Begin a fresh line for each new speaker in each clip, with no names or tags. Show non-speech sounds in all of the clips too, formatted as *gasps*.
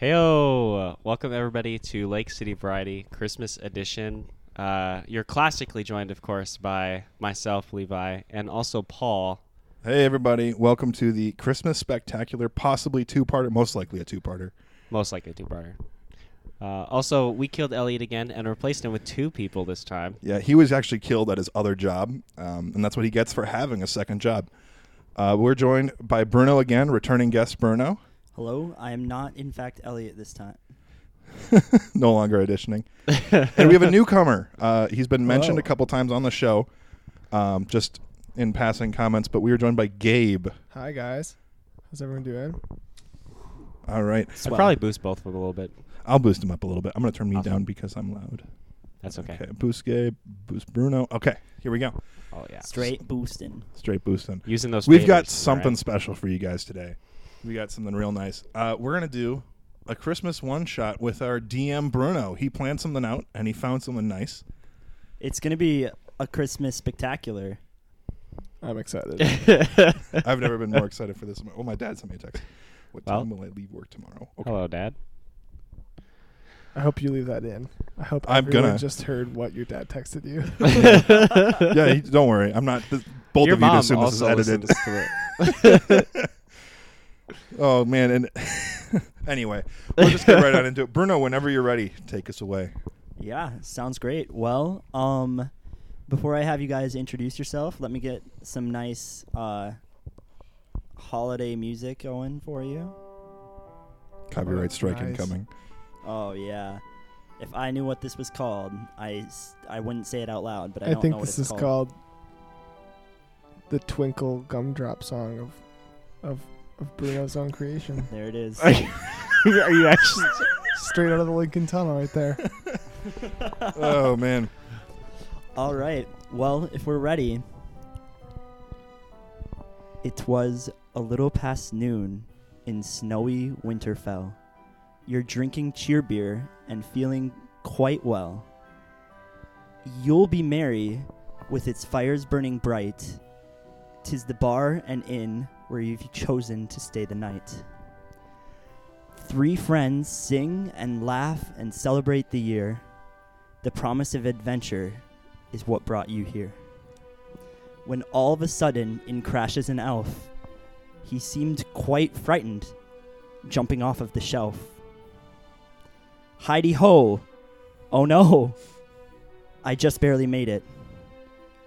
Heyo! Welcome everybody to Lake City Variety Christmas Edition. Uh, you're classically joined, of course, by myself, Levi, and also Paul.
Hey, everybody. Welcome to the Christmas Spectacular, possibly two parter, most likely a two parter.
Most likely two brother. Uh, also, we killed Elliot again and replaced him with two people this time.
Yeah, he was actually killed at his other job, um, and that's what he gets for having a second job. Uh, we're joined by Bruno again, returning guest Bruno, *laughs*
Hello, I am not, in fact, Elliot this time.
no longer auditioning. and we have a newcomer. Uh, he's been mentioned
Hello.
a couple times on the show, um, just in passing comments, but we are joined by Gabe.
Hi guys, how's everyone doing?
All right.
I'd probably boost both of them a little bit.
I'll boost him up a little bit. I'm going to turn me
Awesome.
down because I'm loud.
That's okay.
Okay. Boost Gabe, boost Bruno. Okay, here we go.
Oh yeah.
Straight boosting.
Straight boosting.
Using those.
We've got
faders,
something
right?
special for you guys today. We got something real nice. Uh, we're gonna do a Christmas one shot with our DM Bruno. He planned something out and he found something nice.
It's going to be a Christmas spectacular. *laughs*
I'm excited.
I've never
*laughs*
been more excited for this. Well, my dad sent me a text. What
Well-
time will I leave work tomorrow? Oh, Okay.
Hello, Dad.
I hope you leave that in. I hope
I'm
everyone
gonna.
just heard what your dad
*laughs*
texted you.
yeah, he, don't worry. I'm not. This, both
Your
of you
mom
just assume this is
also
edited.
listens
*laughs*
to it.
Oh man. And *laughs* anyway, we'll just get right on into it. Bruno, whenever you're ready, take us away.
Yeah, sounds great. Well, um, before I have you guys introduce yourself, let me get some nice uh, holiday music going for you.
Copyright strike
nice.
incoming.
Oh, yeah. If I knew what this was called, I, s- I wouldn't say it out loud, but I,
I,
don't know
think
what
this
it's
is called. the Twinkle Gumdrop song of of of Bruno's own
*laughs*
creation,
There it is.
Are you actually?
straight out of the Lincoln Tunnel, right there.
Oh man.
All right. Well, if we're ready. It was a little past noon in snowy Winterfell. You're drinking cheer beer and feeling quite well. You'll be merry with its fires burning bright. Tis the bar and inn where you've chosen to stay the night. Three friends sing and laugh and celebrate the year. The promise of adventure is what brought you here. When all of a sudden in crashes an elf, he seemed quite frightened, jumping off of the shelf. Heidi ho! Oh no! I just barely made it.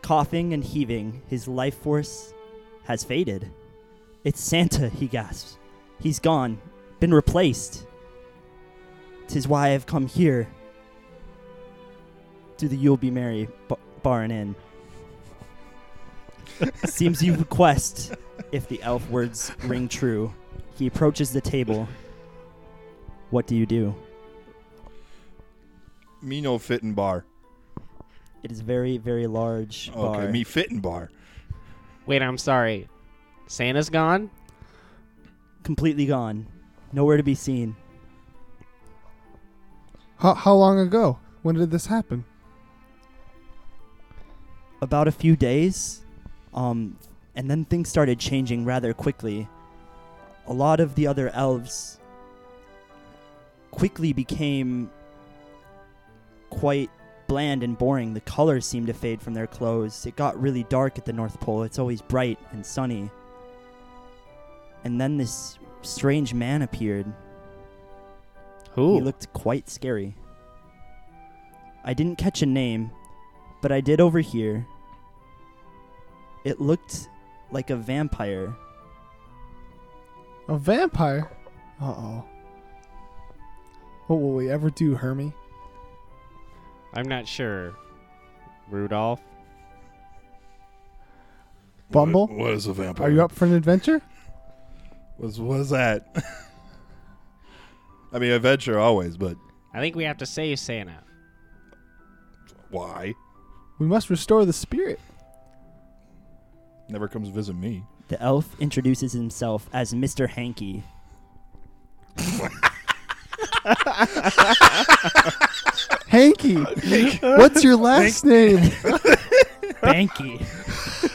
Coughing and heaving, his life force has faded. It's Santa, he gasps. He's gone, been replaced. Tis why I've come here to the You'll Be Merry b- Bar and Inn. Seems you request, if the elf words ring true. He approaches the table. What do you do?
Me no fitting bar.
It is very, very large bar.
Okay. Me fitting bar.
Wait, I'm sorry. Santa's gone.
Completely gone. Nowhere to be seen.
How how long ago? When did this happen?
About a few days, um, and then things started changing rather quickly. A lot of the other elves quickly became quite bland and boring. The colors seemed to fade from their clothes. It got really dark at the North Pole. It's always bright and sunny. And then this strange man appeared.
Who?
He looked quite scary. I didn't catch a name, but I did overhear. It looked like a vampire.
A vampire. Uh oh. What will we ever do, Hermie?
I'm not sure. Rudolph.
Bumble?
What- what is a vampire?
Are you up for an adventure?
Was was that? *laughs* I mean, adventure always, but
I think we have to save Santa.
why?
We must restore the spirit.
Never comes visit me.
The elf introduces himself as Mr. Hanky.
*laughs*
Hanky, what's your last name? *laughs*
Banky.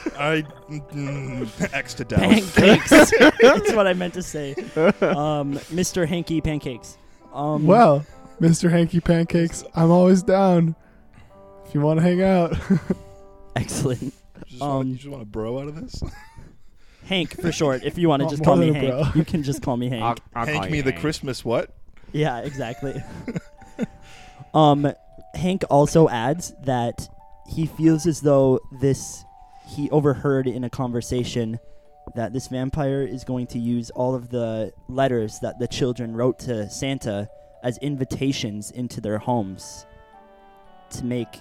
*laughs*
*laughs* I mm, X to death.
Pancakes. That's what I meant to say. Um, Mr. Hanky Pancakes. Um,
Well, Mr. Hanky Pancakes, I'm always down. If you want to hang out, *laughs*
excellent.
Just wanna-
Um,
you just want a bro out of this?
Hank for short. If you want to
Well,
just call
more
me
than a
Hank,
bro.
you can just call me Hank.
I'll,
*laughs*
I'll call
Hank
you
me the
Hank.
Christmas what?
Yeah, exactly. um, Hank also adds that he feels as though this he overheard in a conversation that this vampire is going to use all of the letters that the children wrote to Santa as invitations into their homes to make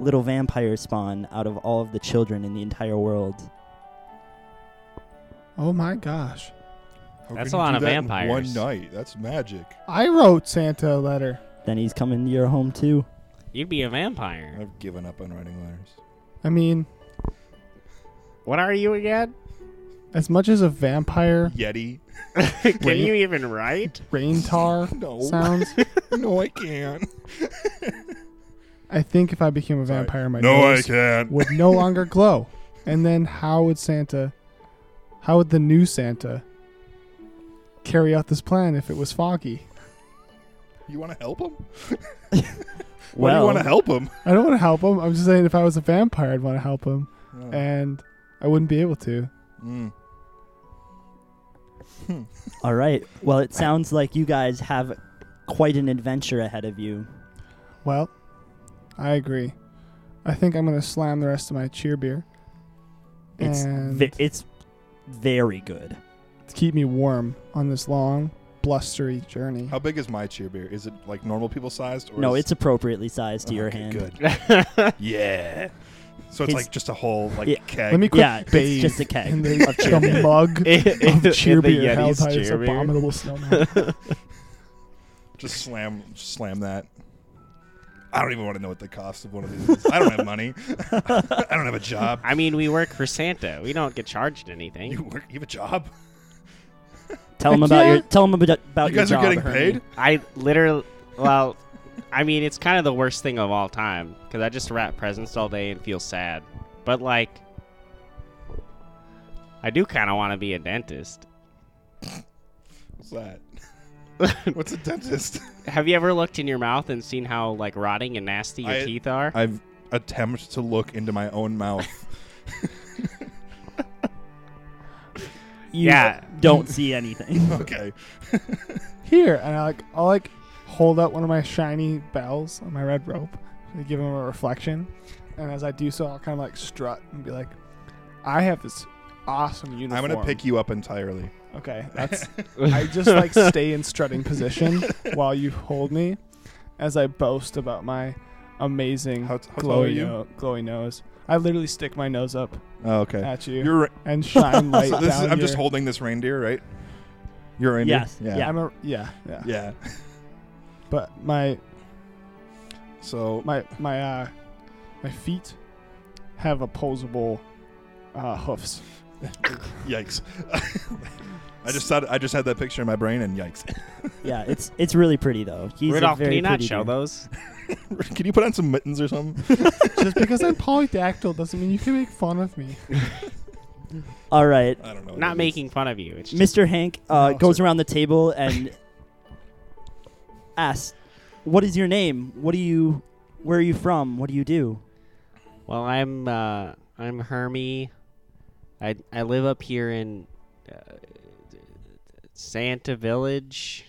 little vampire spawn out of all of the children in the entire world.
oh my gosh,
How
That's
can
a
you
lot
do
of
that in
vampires.
One night. That's magic.
I wrote Santa a letter.
Then he's coming to your home too.
You'd be a vampire.
I've given up on writing letters.
I mean,
What are you *laughs* again?
as much as a vampire
Yeti.
Can
Wait.
you even *laughs* write?
rain tar
*laughs* No.
sounds,
no, I can't.
I think if I became a
Sorry.
vampire, my
*laughs* no, I
nose
can't.
would no longer glow. And then how would Santa, how would the new Santa carry out this plan if it was foggy?
*laughs* You want to help him? Why do
Well,
you want to help him? *laughs*
I don't want to help him. I'm just saying if I was a vampire, I'd want to help him, and I wouldn't be able to.
Mm.
All right. Well, it sounds like you guys have quite an adventure ahead of you.
Well, I agree. I think I'm gonna slam the rest of my cheer beer
It's
And-
ve- it's very good.
to keep me warm on this long, blustery journey.
How big is my cheer beer? Is it like normal people sized? Or
No,
is-
it's appropriately sized to your
Okay,
hand.
Good.
That's
*laughs* Yeah. So it's
It's-
like just a whole like
Yeah.
keg.
Let me quick
Yeah,
bathe
it's just a
*laughs*
keg.
in the,
of cheer *laughs*
the
beer.
mug
In
of
the-
cheer
in the
beer held
Yeti's
by this
cheer beer?
abominable snowman.
just slam, just slam that. I don't even want to know what the cost of one of these is. I don't have money. *laughs* I don't have a job.
I mean, we work for Santa. We don't get charged anything.
You work? You have a job?
Tell them about your. Tell them about about
you
your
guys are
job.
getting
Hermie.
paid?
I literally, well, I mean, it's kind of the worst thing of all time because I just wrap presents all day and feel sad. But like, I do kind of want to be a dentist. *laughs*
What's that? What's a dentist?
Have you ever looked in your mouth and seen how like rotting and nasty your
I-
teeth are?
I've attempted to look into my own mouth.
You
Yeah.
Don't
*laughs*
see anything.
*laughs* Okay.
Here, and I like, I will like hold up one of my shiny bells on my red rope to give him a reflection. And as I do so, I'll kind of like strut and be like, "I have this awesome uniform."
I'm gonna pick you up entirely.
*laughs* Okay, that's. I just like stay in
*laughs*
strutting position *laughs* while you hold me, as I boast about my amazing
How, how tall are
glowy,
you?
no- glowy nose. I literally stick my nose up
Oh, okay.
at you
You're.
and shine light
*laughs* So this is,
down
I'm just
your-
holding this reindeer, right? You're a reindeer.
yes. Yeah.
Yeah.
I'm a yeah, yeah
Yeah.
but my
So
my my uh my feet have opposable uh hoofs.
Yikes. *laughs* I just thought I just had that picture in my brain and yikes. *laughs*
Yeah, It's it's really pretty though. He's a
Rudolph,
very
can you not
pretty
show
deer. *laughs*
those?
Can you put on some mittens
*laughs*
or something?
*laughs* just because I'm polydactyl doesn't mean you can make fun of me.
All right.
I don't know.
Not making fun of you. It's just,
Mr. Hank uh,
No,
goes
sir.
around the table and *laughs* asks, "What is your name? What do you? Where are you from? What do you do?"
well, I'm uh, I'm Hermie. I I live up here in uh, Santa Village,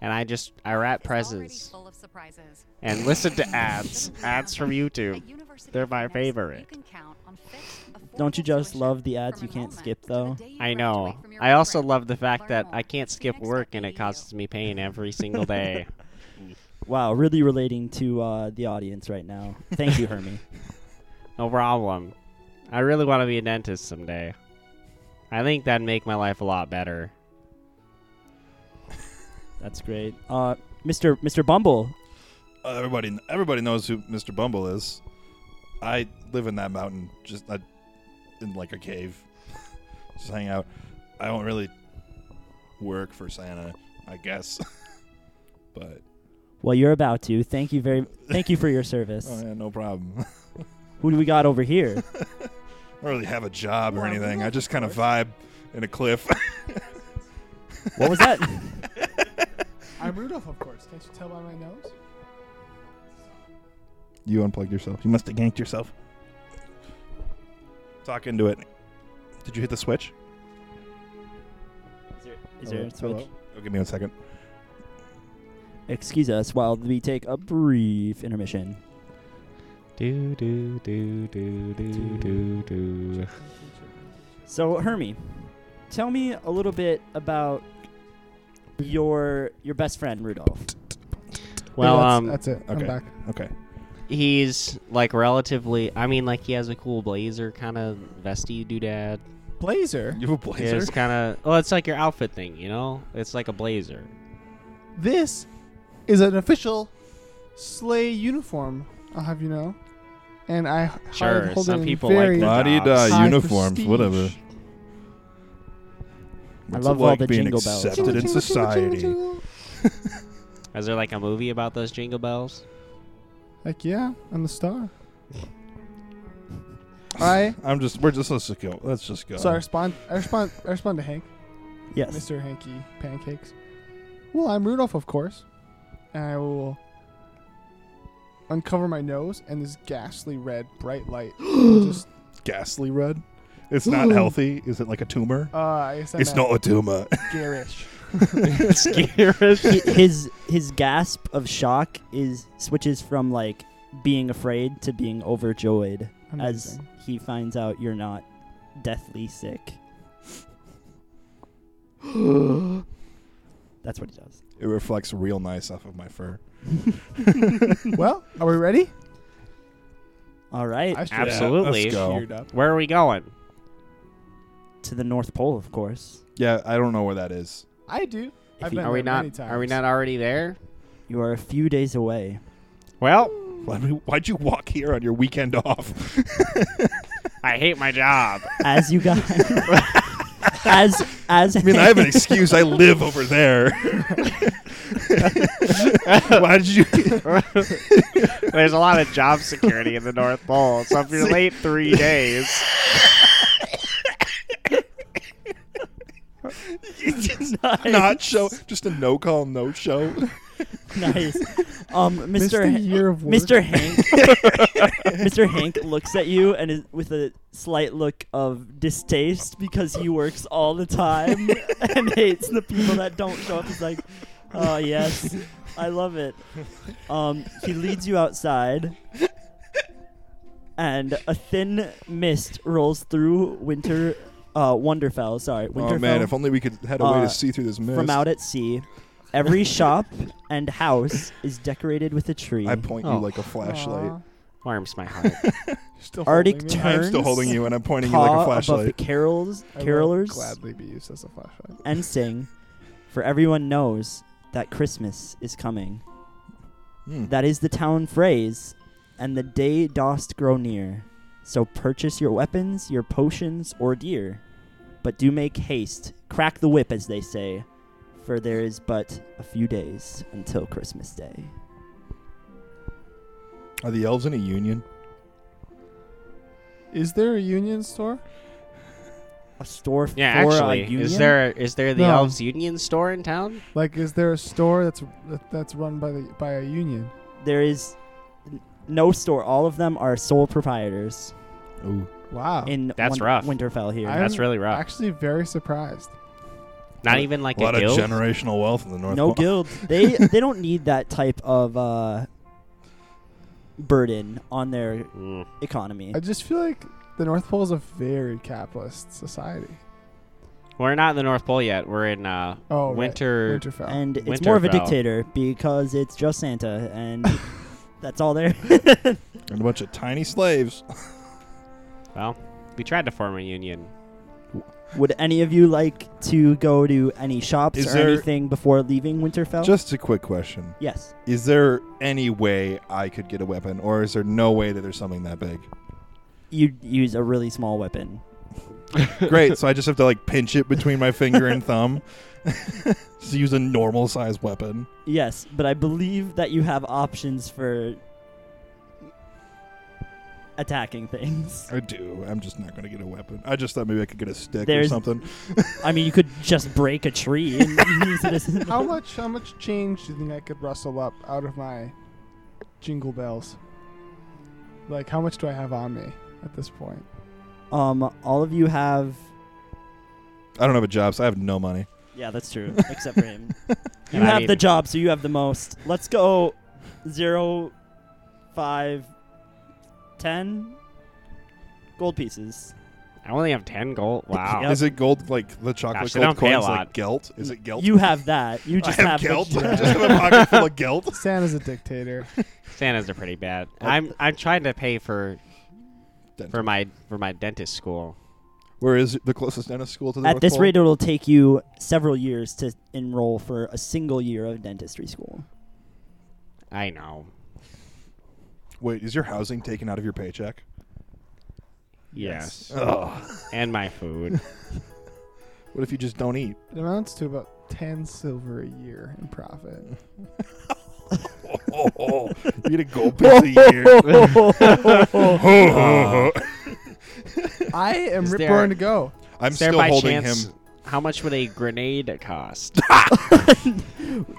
and I just I wrap presents.
Full of surprises.
and listen to
*laughs*
ads. ads from YouTube.
At University
They're
of
my
Phoenix,
favorite.
you can count on fixed,
Don't you
affordable
just
tuition
love the ads
from
you can't
enrollment
skip,
to the
though?
day you
I know.
graduate from your
I also
program.
love the fact
Learn
that
more
I can't
at
skip work and it
phoenix.edu.
causes me pain
*laughs*
every single day.
Wow, really relating to uh, the audience right now. Thank
*laughs*
you, Hermie.
No problem. I really want to be a dentist someday. I think that'd make my life a lot better.
That's great. Uh, Mr. Mr. Bumble,
Uh, everybody everybody knows who Mr. Bumble is. I live in that mountain just I, in like a cave. *laughs* just hang out. I don't really work for Santa, I guess. *laughs* but
well, you're about to. Thank you very. Thank you for your service.
*laughs* oh yeah, no problem.
Who do we got over here?
I don't really have a job or
Well,
anything.
no,
I just kind of
of
vibe in a cliff. *laughs*
What was that?
Rudolph, of course. Can't you tell by my nose?
You unplugged yourself. You must have ganked yourself. Talk into it. Did you hit the switch?
Is there, is there a switch?
Hello? Oh, give me one second.
Excuse us while we take a brief intermission.
Do do do do do do do.
So, Hermie, tell me a little bit about your your best friend Rudolph.
Well,
Yeah, that's,
um,
that's it.
okay.
I'm back.
Okay.
he's like relatively. I mean, like he has a cool blazer kind of vesty doodad.
Blazer.
You have a blazer?
It's kind of well, it's like your outfit thing, you know. It's like a blazer.
This is an official sleigh uniform. I'll have you know. And I h-
Sure,
hold it
some
in
people like
very
that.
La-di-da,
high
Uh, uniforms,
prestige.
whatever.
I
What's it
love all
like
the
being
jingle bells.
accepted in
Jingle, jingle, jingle,
society.
jingle.
Is there like a movie about those jingle
*laughs*
bells?
Like yeah, I'm the star. I
I'm just. We're just. Let's just go. Let's just go.
so I respond. I respond. I respond to Hank,
Yes.
Mr. Hanky Pancakes. Well, I'm Rudolph, of course, and I will uncover my nose and this ghastly red bright
*gasps*
light. will just
Ghastly red. It's not healthy. Is it like a tumor?
uh, I guess I
it's
meant
not a
*laughs*
tumor. *laughs*
garish.
Scariest.
Hi- his his gasp of shock is switches from like being afraid to being overjoyed *laughs* as
Amazing.
he finds out you're not
*gasps*
deathly sick. That's what he does.
it reflects real nice off of my fur.
well, are we ready?
*laughs* All right,
I straight up
Absolutely.
let's go.
teared up.
Where are we going?
to the North Pole, of course.
Yeah, I don't know where that is.
I do.
If
I've
you-
been
Are we
there many
not? Are we
times.
not already there?
You are a few days away.
Well,
Why, why'd you walk here on your weekend off?
I hate my job.
As
*laughs*
you guys, *laughs* as as
I mean, I have
*laughs*
an excuse. I live over *laughs* there. Why did *laughs* you?
There's a lot of job security in the North Pole, so if
*laughs*
you're late three days,
nice,
Not show. Just a no call, no show.
*laughs* nice. Um,
Missed
Mr.
a
Han-
year of work.
Mr. Hank.
*laughs*
Mr. Hank looks at you and is with a slight look of distaste because he works all the time
*laughs*
and hates the people that don't show up. He's like, "Oh yes, I love it." Um, he leads you outside, and a thin mist rolls through Winter, uh, Wonderfell. Sorry, Winterfell
Oh man, if only we could had a way
Uh,
to see through this mist.
from out at sea. Every shop and house is decorated with a tree.
I point
Oh.
you like a flashlight.
Aw.
warms my heart.
You're still
Arctic
holding me.
turn.
I'm still holding you, and I'm pointing you
Caw
like a
above the
flashlight.
carols,
I will
carolers.
gladly be used as a flashlight.
and sing, for everyone knows that Christmas is coming.
Hmm.
That is the town phrase, and the day dost grow near. So purchase your weapons, your potions, or deer. But do make haste, crack the whip, as they say, for there is but a few days until Christmas Day.
Are the elves in a union?
Is there a union store?
A store
Yeah,
for a
actually,
union?
is there is there the
No.
Elves Union store in town?
Like, is there a store that's that, that's run by the by a union?
There is n- no store. All of them are sole proprietors
Ooh.
Wow,
in
That's
Win-
rough.
Winterfell here.
I-
That's really rough.
actually very surprised.
Not even like
a lot
a
of
guild.
generational wealth in the North
no
Pole.
guild. They they don't need that type of uh, burden on their
Mm.
economy.
I just feel like the North Pole is a very capitalist society.
We're not in the North Pole yet. We're in uh,
Oh, right.
winter.
Winterfell.
And it's more of a
Winterfell.
dictator because it's just Santa, and that's all there. *laughs*
And a bunch of tiny slaves.
Well, we tried to form a union.
Would any of you like to go to any shops
Is
or
there-
anything before leaving Winterfell?
Just a quick question:
yes.
Is there any way I could get a weapon, or is there no way that there's something that big?
You use a really small weapon.
Great. So I just have to like pinch it between my finger and thumb. *laughs* just use a normal sized weapon.
Yes, but I believe that you have options for attacking things.
I do. I'm just not going to get a weapon. I just thought maybe I could get a stick or
There's-
something.
I mean, you could just break a tree and use it as.
*laughs* How much how much change do you think I could rustle up out of my jingle bells? Like how much do I have on me at this point?
*laughs* Um, all of you have.
I don't have a job, so I have no money.
Yeah, that's true. Except for him, you
And I
have the
mean-
job, so you have the most. Let's go, zero, five, ten gold pieces.
I only have ten gold. Wow.
Yep.
Is it gold like the chocolate
Gosh, they
gold
don't pay a
coins like
lot.
gelt? Is it gelt?
You have that.
*laughs*
You
I
just
have
the *laughs*
gelt.
job.
I just have a pocket full of
*laughs*
gelt.
Santa's a dictator.
Santas are pretty bad. I'm I'm trying to pay for
Dent-
for my for my dentist school.
Where is the closest dentist school to the
At
North
this
Pole?
rate, it'll take you several years to enroll for a single year of
*laughs*
dentistry school.
I know.
Wait, is your housing taken out of your paycheck?
Yes.
Ugh.
*laughs* and my food.
*laughs* What if you just don't eat? *laughs*
It amounts to about ten silver a year
*laughs*
in profit.
You get a gold piece a year. *laughs*
I am
Is
rip
there-
roaring to go.
*laughs* I'm
Is there
still
by
holding
chance
him.
how much would a grenade cost?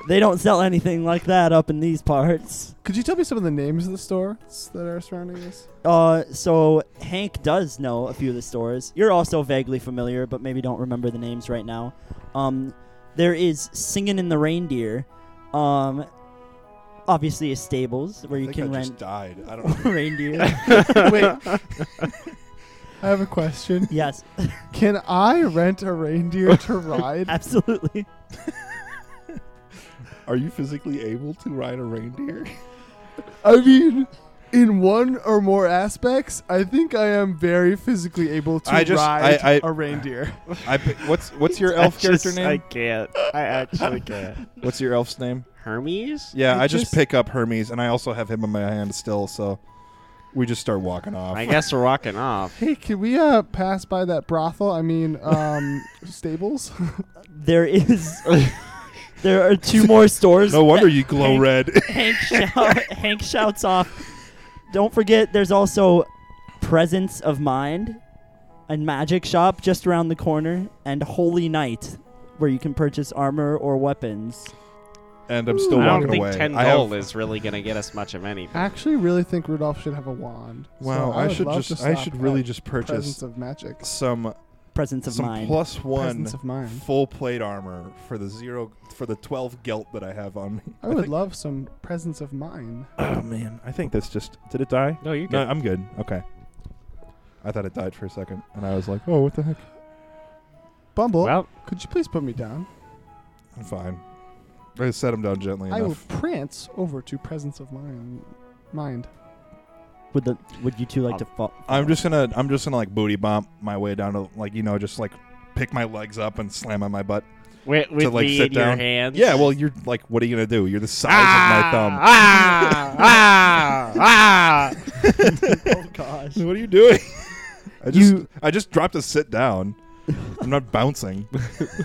they don't sell anything like that up in these parts.
Could you tell me some of the names of the stores that are surrounding us?
Uh, so Hank does know a few of the stores. You're also vaguely familiar, but maybe don't remember the names right now. Um, there is Singing in the Reindeer. Um, obviously a stables where
I
you
think
can
I
rent
just *laughs* died.
*laughs*
I don't know.
*laughs* reindeer.
Wait. I have a question.
yes, *laughs*
Can I rent a reindeer to
*laughs*
ride?
absolutely.
Are you physically able to ride a reindeer?
I mean, in one or more aspects, I think I am very physically able to
I just-
ride
I- I-
a *laughs* reindeer.
I pi-
*laughs*
what's what's your elf character name?
I can't. I actually can't.
What's your elf's name?
Hermes?
Yeah,
It
I just,
just-
pick up Hermes, and I also have him in my hand still. So we just start walking off.
I guess we're walking off.
Hey, can we uh pass by that brothel? I mean, um, *laughs* stables.
There is.
*laughs*
there are two more stores.
no wonder you glow
Hank-
red. *laughs*
Hank, shout, *laughs* Hank shouts off. Don't forget, there's also Presence of Mind and Magic Shop just around the corner, and Holy Knight, where you can purchase armor or weapons.
and I'm still
I
walking
don't think
away.
ten
I have-
gold is really gonna get us much of anything.
I actually really think Rudolph should have a wand.
Wow,
So
I
would
should
love to
just I
stop
should really
at
just
presence
purchase
of magic.
some
Presence of
some
Mind.
plus one
Presence of mind.
full plate armor for the zero for the twelve gelt that I have on me.
I would
think- *laughs*
love some presence of mind.
Oh man, I think that's just. Did it die?
No, you're
No, I'm good. Okay. I thought it died for a second, and I was like, "Oh, what the heck?"
Bumble,
Well,
could you please put me down?
I'm fine. I set him down gently
I will
enough.
prance over to presence of mind. Mind.
Would the would you two like to fall?
I'm just gonna, I'm just gonna like booty bump my way down to like you know just like pick my legs up and slam on my butt.
with, with
like,
me
sit
in your
down.
hands.
Yeah, well, you're like, what are you gonna do? You're the size of my thumb.
Ah,
*laughs*
ah, ah.
*laughs* oh gosh.
What are you doing? *laughs* I just
You-
I just dropped to sit down. I'm not bouncing.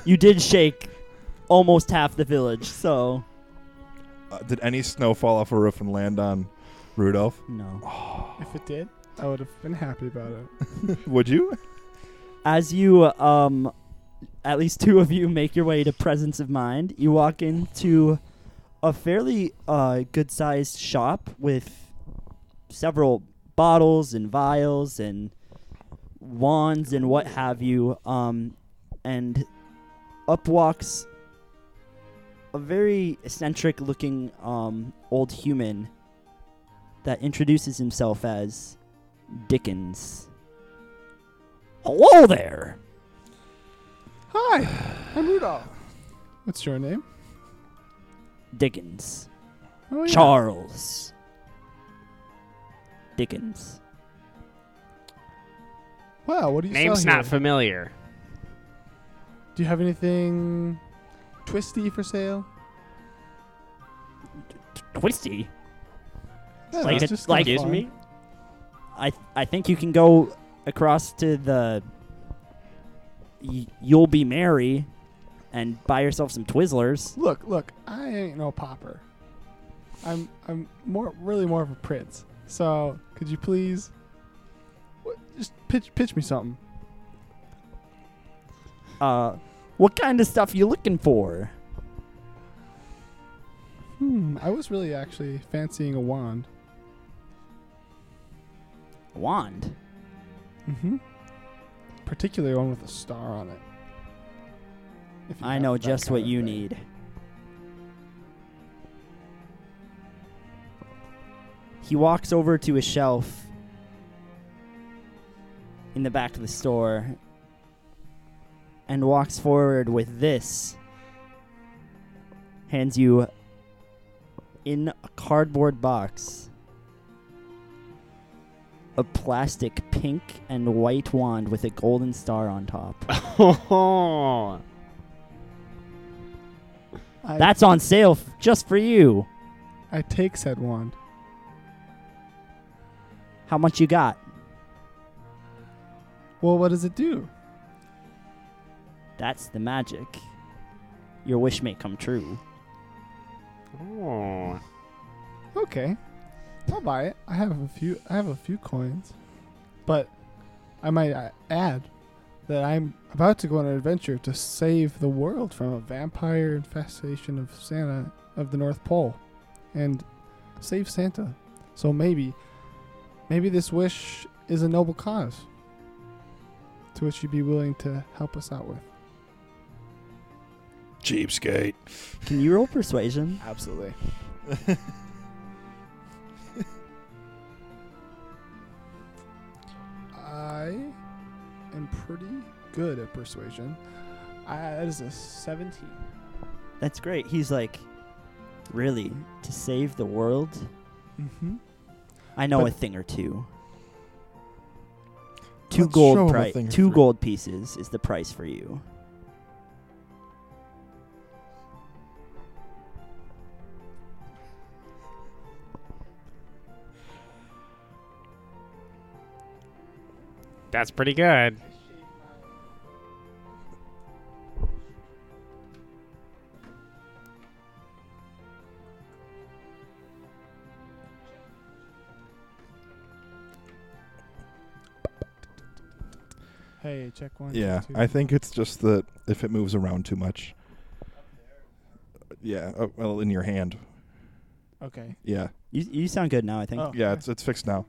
You did shake almost half the village, so
Uh, did any snow fall off a roof and land on Rudolph?
no.
If it did, I would have been happy about it.
Would you?
As you um, at least two of you *laughs* make your way to Presence of Mind, you walk into a fairly uh, good-sized shop with several bottles and vials and wands and what have you. Um, and up walks a very eccentric looking um, old human that introduces himself as Dickens. Hello there!
Hi, I'm Rudolph. What's your name?
Dickens.
Oh, yeah.
Charles. Dickens.
Wow, what do you
Name's
sell
not
*laughs*
here?
familiar.
Do you have anything twisty for sale?
Twisty.
Yeah,
Like-
it's just
like-
kinda
Excuse
fun.
me?
I I think you can go across to the y- you'll be merry and buy yourself some Twizzlers.
Look, look, I ain't no popper. I'm I'm more really more of a prince. So could you please Just pitch pitch me something.
Uh, what kind of stuff you looking for?
Hmm. I was really actually fancying a wand.
Wand.
Mm-hmm. Particularly one with a star on it. If you
I
have
know
that
just
kind
what
of
you
thing.
need. He walks over to a shelf in the back of the store and walks forward with this. Hands you in a cardboard box a plastic pink and white wand with a golden star on top.
Oh,
I,
That's on sale f- just for you.
I take said wand.
How much you got?
Well, what does it do?
That's the magic. Your wish may come true.
oh.
Okay, I'll buy it. I have a few. I have a few coins, but I might uh, add that I'm about to go on an adventure to save the world from a vampire infestation of Santa of the North Pole, and save Santa. So maybe, maybe this wish is a noble cause to which you'd be willing to help us out with.
Cheapskate.
Can you roll persuasion?
Absolutely. I am pretty good at persuasion. I, that is a 17.
That's great. He's like, really? To save the world?
Mm-hmm.
I know
But-
a thing or two. Two
Let's show him
gold
a
price.
thing or
Two
three.
gold pieces is the price for you.
That's pretty good.
Hey, check *laughs* one.
Yeah,
check two.
I think it's just that if it moves around too much. Yeah, oh, well, in your hand.
okay.
Yeah,
You, you sound good now, I think.
Oh.
yeah, it's it's fixed now.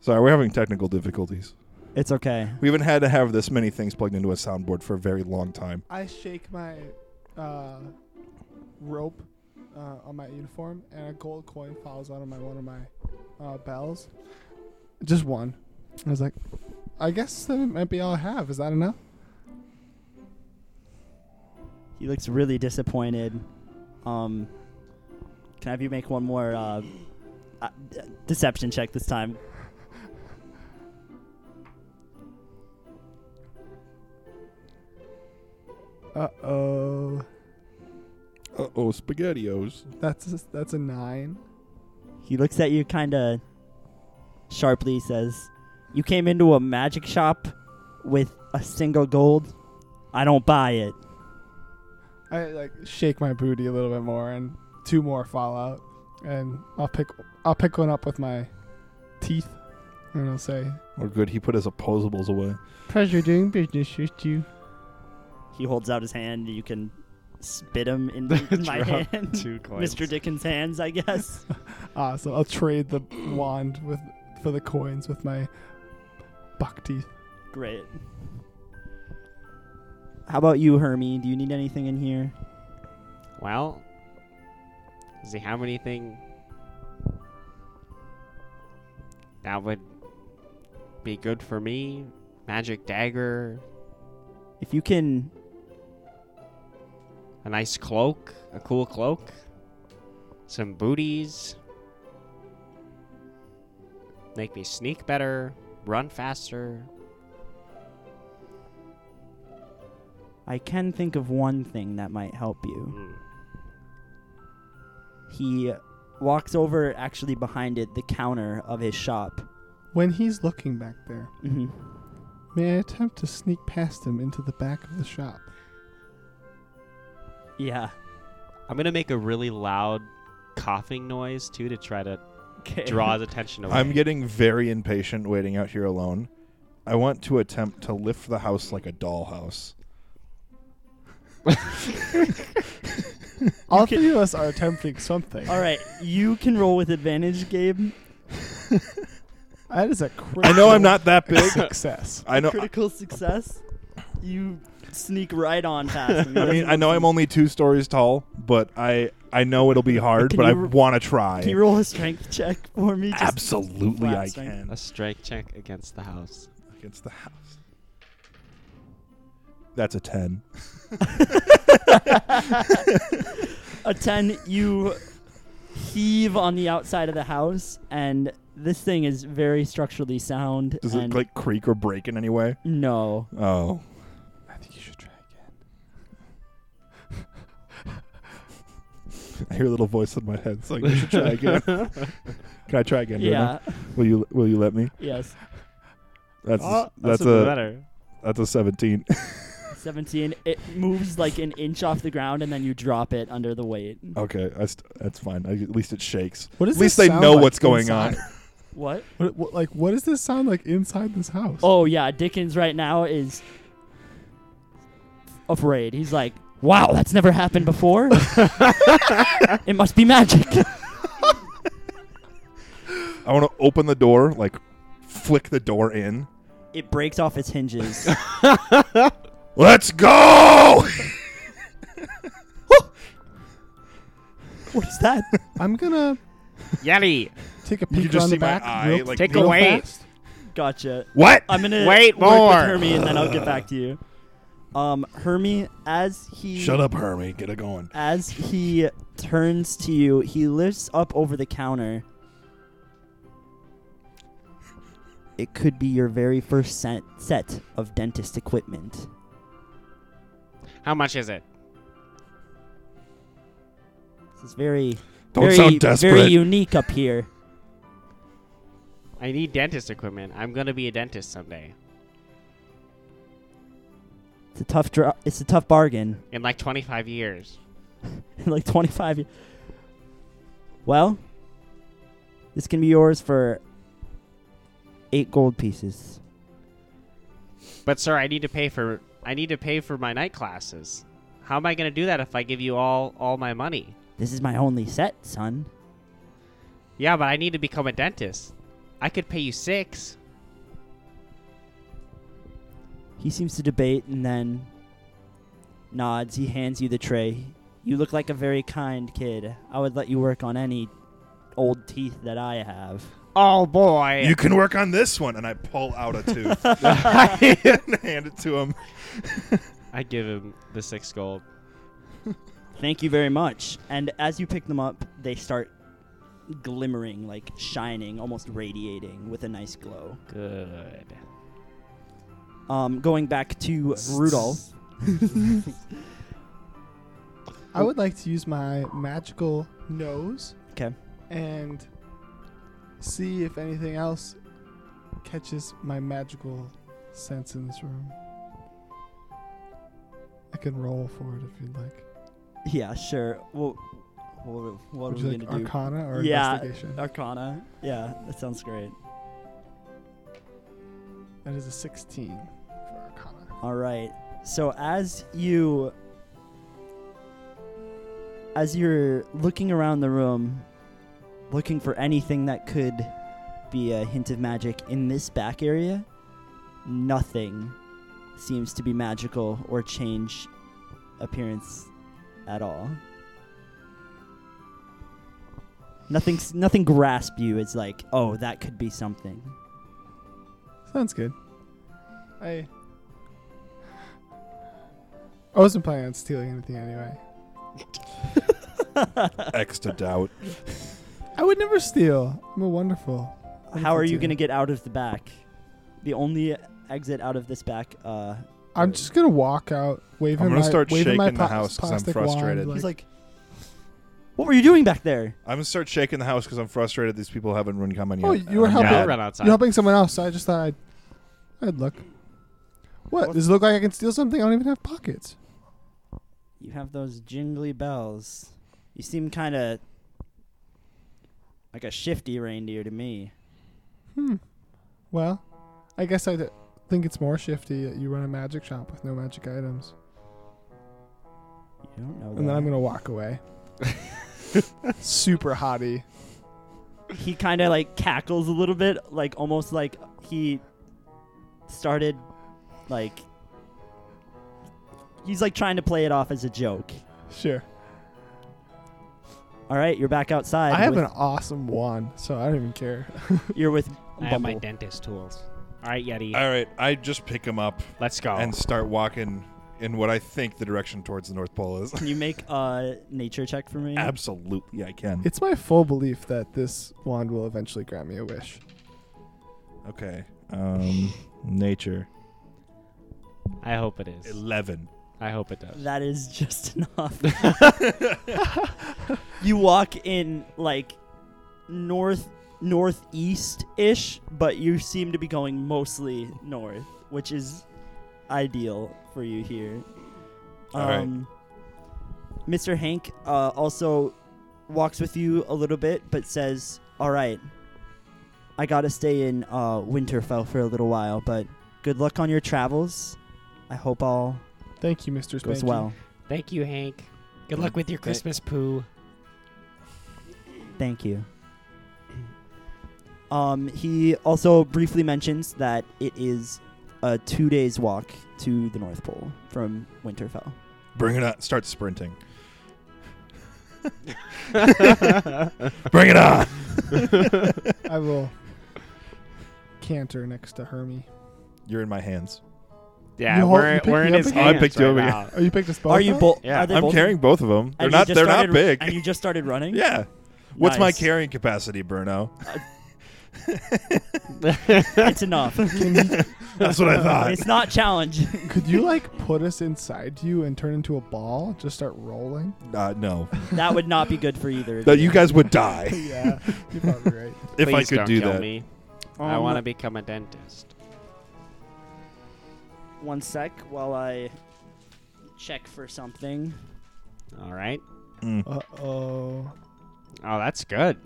Sorry, we're having technical difficulties.
It's okay.
We haven't had to have this many things plugged into a soundboard for a very long time.
I shake my uh, rope uh, on my uniform, and a gold coin falls out of my one of my uh, bells. Just one. I was like, I guess that might be all I have. Is that enough?
He looks really disappointed. Um, can I have you make one more uh, uh, d- deception check this time?
Uh oh.
Uh oh, spaghettios.
That's a, that's a nine.
He looks at you kind of sharply, says, You came into a magic shop with a single gold. I don't buy it.
I like shake my booty a little bit more, and two more fall out, and I'll pick I'll pick one up with my teeth, and I'll say,
Or Oh, good, he put his opposables away.
"Pleasure doing business with you."
He holds out his hand. You can spit
*laughs*
him in in my
Drop
*laughs*
hand.
Two coins.
Mr. Dickens' hands, I guess. *laughs*
Ah, so I'll trade the wand with for the coins with my buck teeth.
Great. How about you, Hermie? Do you need anything in here?
Well, does he have anything that would be good for me? Magic dagger,
If you can,
a nice cloak, a cool cloak, some booties, make me sneak better, run faster.
I can think of one thing that might help you.
Mm.
He walks over, actually behind it, the counter of his shop.
When he's looking back there,
Mm-hmm.
may I attempt to sneak past him into the back of the shop?
Yeah.
I'm gonna make a really loud coughing noise too to try to
Okay. *laughs*
*laughs*
draw his attention away.
I'm getting very impatient waiting out here alone, I want to attempt to lift the house like a dollhouse.
All three of us are attempting something.
All right, you can roll with advantage, Gabe.
That is a critical
I know I'm
*laughs*
not that *laughs* big.
success.
I know.
Critical success. You sneak right on
*laughs*
past. him. He
I mean,
doesn't
I know
even
I'm only two stories tall, but I I know it'll be hard,
Can
but I
you-
want to try.
Can you roll a strength check for me? Just
Absolutely,
flat
I
strength?
can.
A strike check against the house.
Against the house. That's a ten.
a 10, you heave on the outside of the house, and this thing is very structurally sound.
Does
and
it like creak or break in any way?
No.
Oh,
I think you should try again.
I hear a little voice in my head. It's like, you should try again. can I try again? Bruno?
Yeah.
Will you Will you let me?
Yes.
That's
Oh,
that's,
even
a
better.
that's a seventeen.
17. It moves like an inch off the ground, and then you drop it under the weight.
okay, that's that's fine. I, at least it shakes.
What does
At least
this
they
sound
know
like
what's going
inside?
on.
What?
What, what, like, what does this sound like inside this house?
Oh, yeah. Dickens right now is afraid. He's like, wow, that's never happened *laughs* before. it must be magic.
I want to open the door, like flick the door in.
It breaks off its hinges.
Let's go!
*laughs*
*laughs*
what is that?
I'm gonna
Yelly.
take
You
a peek
can just
around
see
the
my
back.
eye,
real,
like,
Take
real
away.
fast.
Gotcha.
what?
I'm gonna
Wait
work
more.
with Hermie, and then I'll get back to you. Um, Hermie, as he
Shut up, Hermie. Get it going.
as he turns to you, he lifts up over the counter. It could be your very first set, set of dentist equipment.
How much is it?
This is very
Don't
very,
sound desperate.
very unique up here.
I need dentist equipment. I'm gonna be a dentist someday.
It's a tough dr- it's a tough bargain. *laughs*
In like 25 years.
like 25 years. Well, this can be yours for 8 gold pieces.
But sir, I need to pay for I need to pay for my night classes. How am I going to do that if I give you all all my money?
This is my only set, son.
Yeah, but I need to become a dentist. I could pay you 6.
He seems to debate and then nods. He hands you the tray. You look like a very kind kid. I would let you work on any old teeth that I have.
Oh boy.
You can work on this one, and I pull out a
*laughs*
tooth *laughs* and hand it to him.
I give him the 6 gold.
Thank you very much. And as you pick them up, they start glimmering, like shining, almost radiating with a nice glow.
Good.
Um, going back to Rudolph.
I would like to use my magical nose.
Okay.
And see if anything else catches my magical sense in this room. I can roll for it if you'd like.
Yeah, sure. Well, what, what are
Would
we
you like
gonna do?
Arcana or
Yeah,
Investigation?
Arcana. Yeah, that sounds great.
that is a 16 for Arcana.
All right. So as you as you're looking around the room looking for anything that could be a hint of magic in this back area, nothing seems to be magical or change appearance at all. Nothing s- nothing grasp you It's like, "Oh, that could be something."
Sounds good. I I wasn't planning on stealing anything anyway.
X to doubt.
I would never steal. I'm a wonderful.
How are you
wonderful
going to
dude.
get out of the back? The only exit out of this back. Uh,
I'm just gonna walk out, waving.
I'm gonna
my-
start
waving my
shaking the
pla-
house 'cause I'm
plastic wand,
frustrated.
he's like, "What were you doing back there?"
I'm gonna start shaking the house because I'm frustrated. These people haven't run coming yet.
Oh, you were
Yeah,
I'm
helping-
mad.
I'll run outside.
You're helping someone else, so I just thought I'd, I'd look. What? Does it look like I can steal something? I don't even have pockets.
You have those jingly bells. You seem kind of like a shifty reindeer to me.
Hmm. Well, I guess I d- think it's more shifty that you run a magic shop with no magic items.
You don't know.
And then I'm gonna
*laughs*
walk away. Super hottie.
gonna. He kind of like cackles a little bit, like almost like he started, like he's like trying to play it off as a joke.
Sure.
All right, you're back outside.
I have
with,
an awesome wand, so I don't even care. *laughs*
You're with
I have my
Bumble.
dentist tools. All right, Yeti,
All right, I just pick him up
let's
Oh.
go.
Uh, and start walking in what I think the direction towards the North Pole
*laughs*
is.
Can you make a nature check for me?
Absolutely, I can.
It's my full belief that this wand will eventually grant me a wish.
okay. Um, nature.
I hope it is.
Eleven.
I hope it does.
That is just
*laughs*
*laughs* enough. you walk in like north northeast ish, but you seem to be going mostly north, which is ideal for you here.
All right.
Mr. Hank uh, also walks with you a little bit, but says, "All right, I gotta stay in uh, Winterfell for a little while, but good luck on your travels. I hope all
Thank you, Mr. Spanky.
goes well.
Thank you, Hank. Good
luck
luck with your
Christmas
Christmas
*laughs*
poo.
Thank you. Um, he also briefly mentions that it is a two days walk to the North Pole from Winterfell.
Bring it on. Start sprinting. Bring it on.
*laughs*
I will canter next to Hermie.
You're in my hands.
Yeah,
You hold- you
we're,
pick
we're
me
in
up
his
again?
I
hands
picked you
right now.
up
Oh, you picked us both.
are you
up?
both?
Yeah.
are they
I'm
both-
carrying both of them. They're
and you
not.
just
They're
started-
not big.
And you just started
*laughs*
running. *laughs*
yeah. What's my
Nice.
carrying capacity, Bruno? *laughs*
it's enough.
That's
*laughs*
what I thought.
it's not challenge. *laughs*
Could you like put us inside you and turn into a ball? Just start rolling?
Uh, no,
that would not be good for either.
*laughs*
of
that you guys would die *laughs*
*laughs* yeah, you're probably right.
*laughs* if I
Please
could
don't
do
kill
that.
me. I
Oh,
Um,
want to become a dentist.
One sec while I check for something.
All right.
Mm.
Uh oh.
Oh, that's good.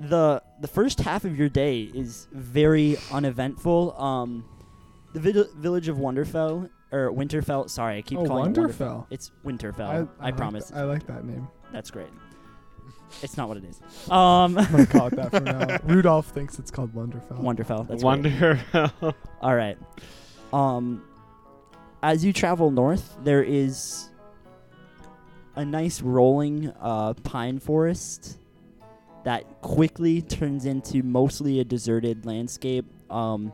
the the first half of your day is very uneventful. Um, the vid- village of Wonderfell or Winterfell. Sorry, I keep
Oh,
calling it Wonderfell.
Wonderfell.
It's Winterfell. I,
like
promise.
th- I like
*laughs*
that name.
That's great. It's not what it is. Um, *laughs*
I'm gonna call it that for now. Rudolph thinks it's called Wonderfell.
Wonderfell. That's great.
Wonder.
*laughs* All right. Um, as you travel north, there is a nice rolling uh, pine forest that quickly turns into mostly a deserted landscape, um,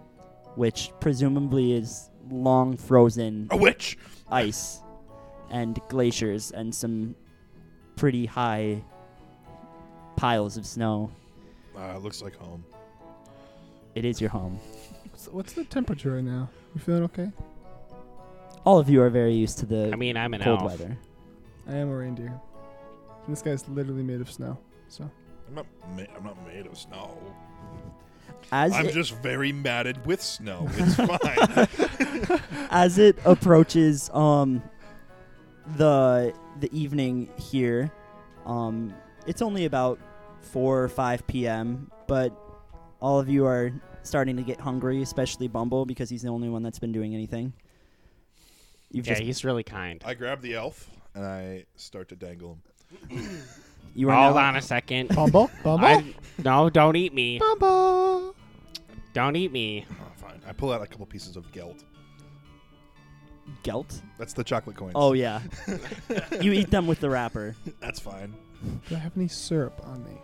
which presumably is long frozen
A witch.
ice and glaciers and some pretty high piles of snow.
Uh, looks like home.
It is your home.
What's, what's the temperature right now? You feeling okay?
All of you are very used to the
I mean, I'm an
cold
elf.
weather.
I am a reindeer. And this guy's literally made of snow. So
I'm not. Ma- I'm not made of snow.
As
I'm
it-
just very matted with snow.
*laughs*
It's fine.
as it approaches um the the evening here um it's only about 4 or 5 p.m but all of you are starting to get hungry especially bumble because he's the only one that's been doing anything you've
Yeah,
just
he's really kind.
I grab the elf and I start to dangle him.
you are
Hold
now-
on a
*laughs*
second.
*laughs* Bumble, Bumble,
I, no, don't eat me.
Bumble.
Don't eat me.
Oh, fine. I pull out a couple pieces of geld.
gelt
That's the chocolate coins.
oh
*laughs*
yeah
*laughs*
you eat them with the wrapper
that's fine.
Do I have any syrup on me?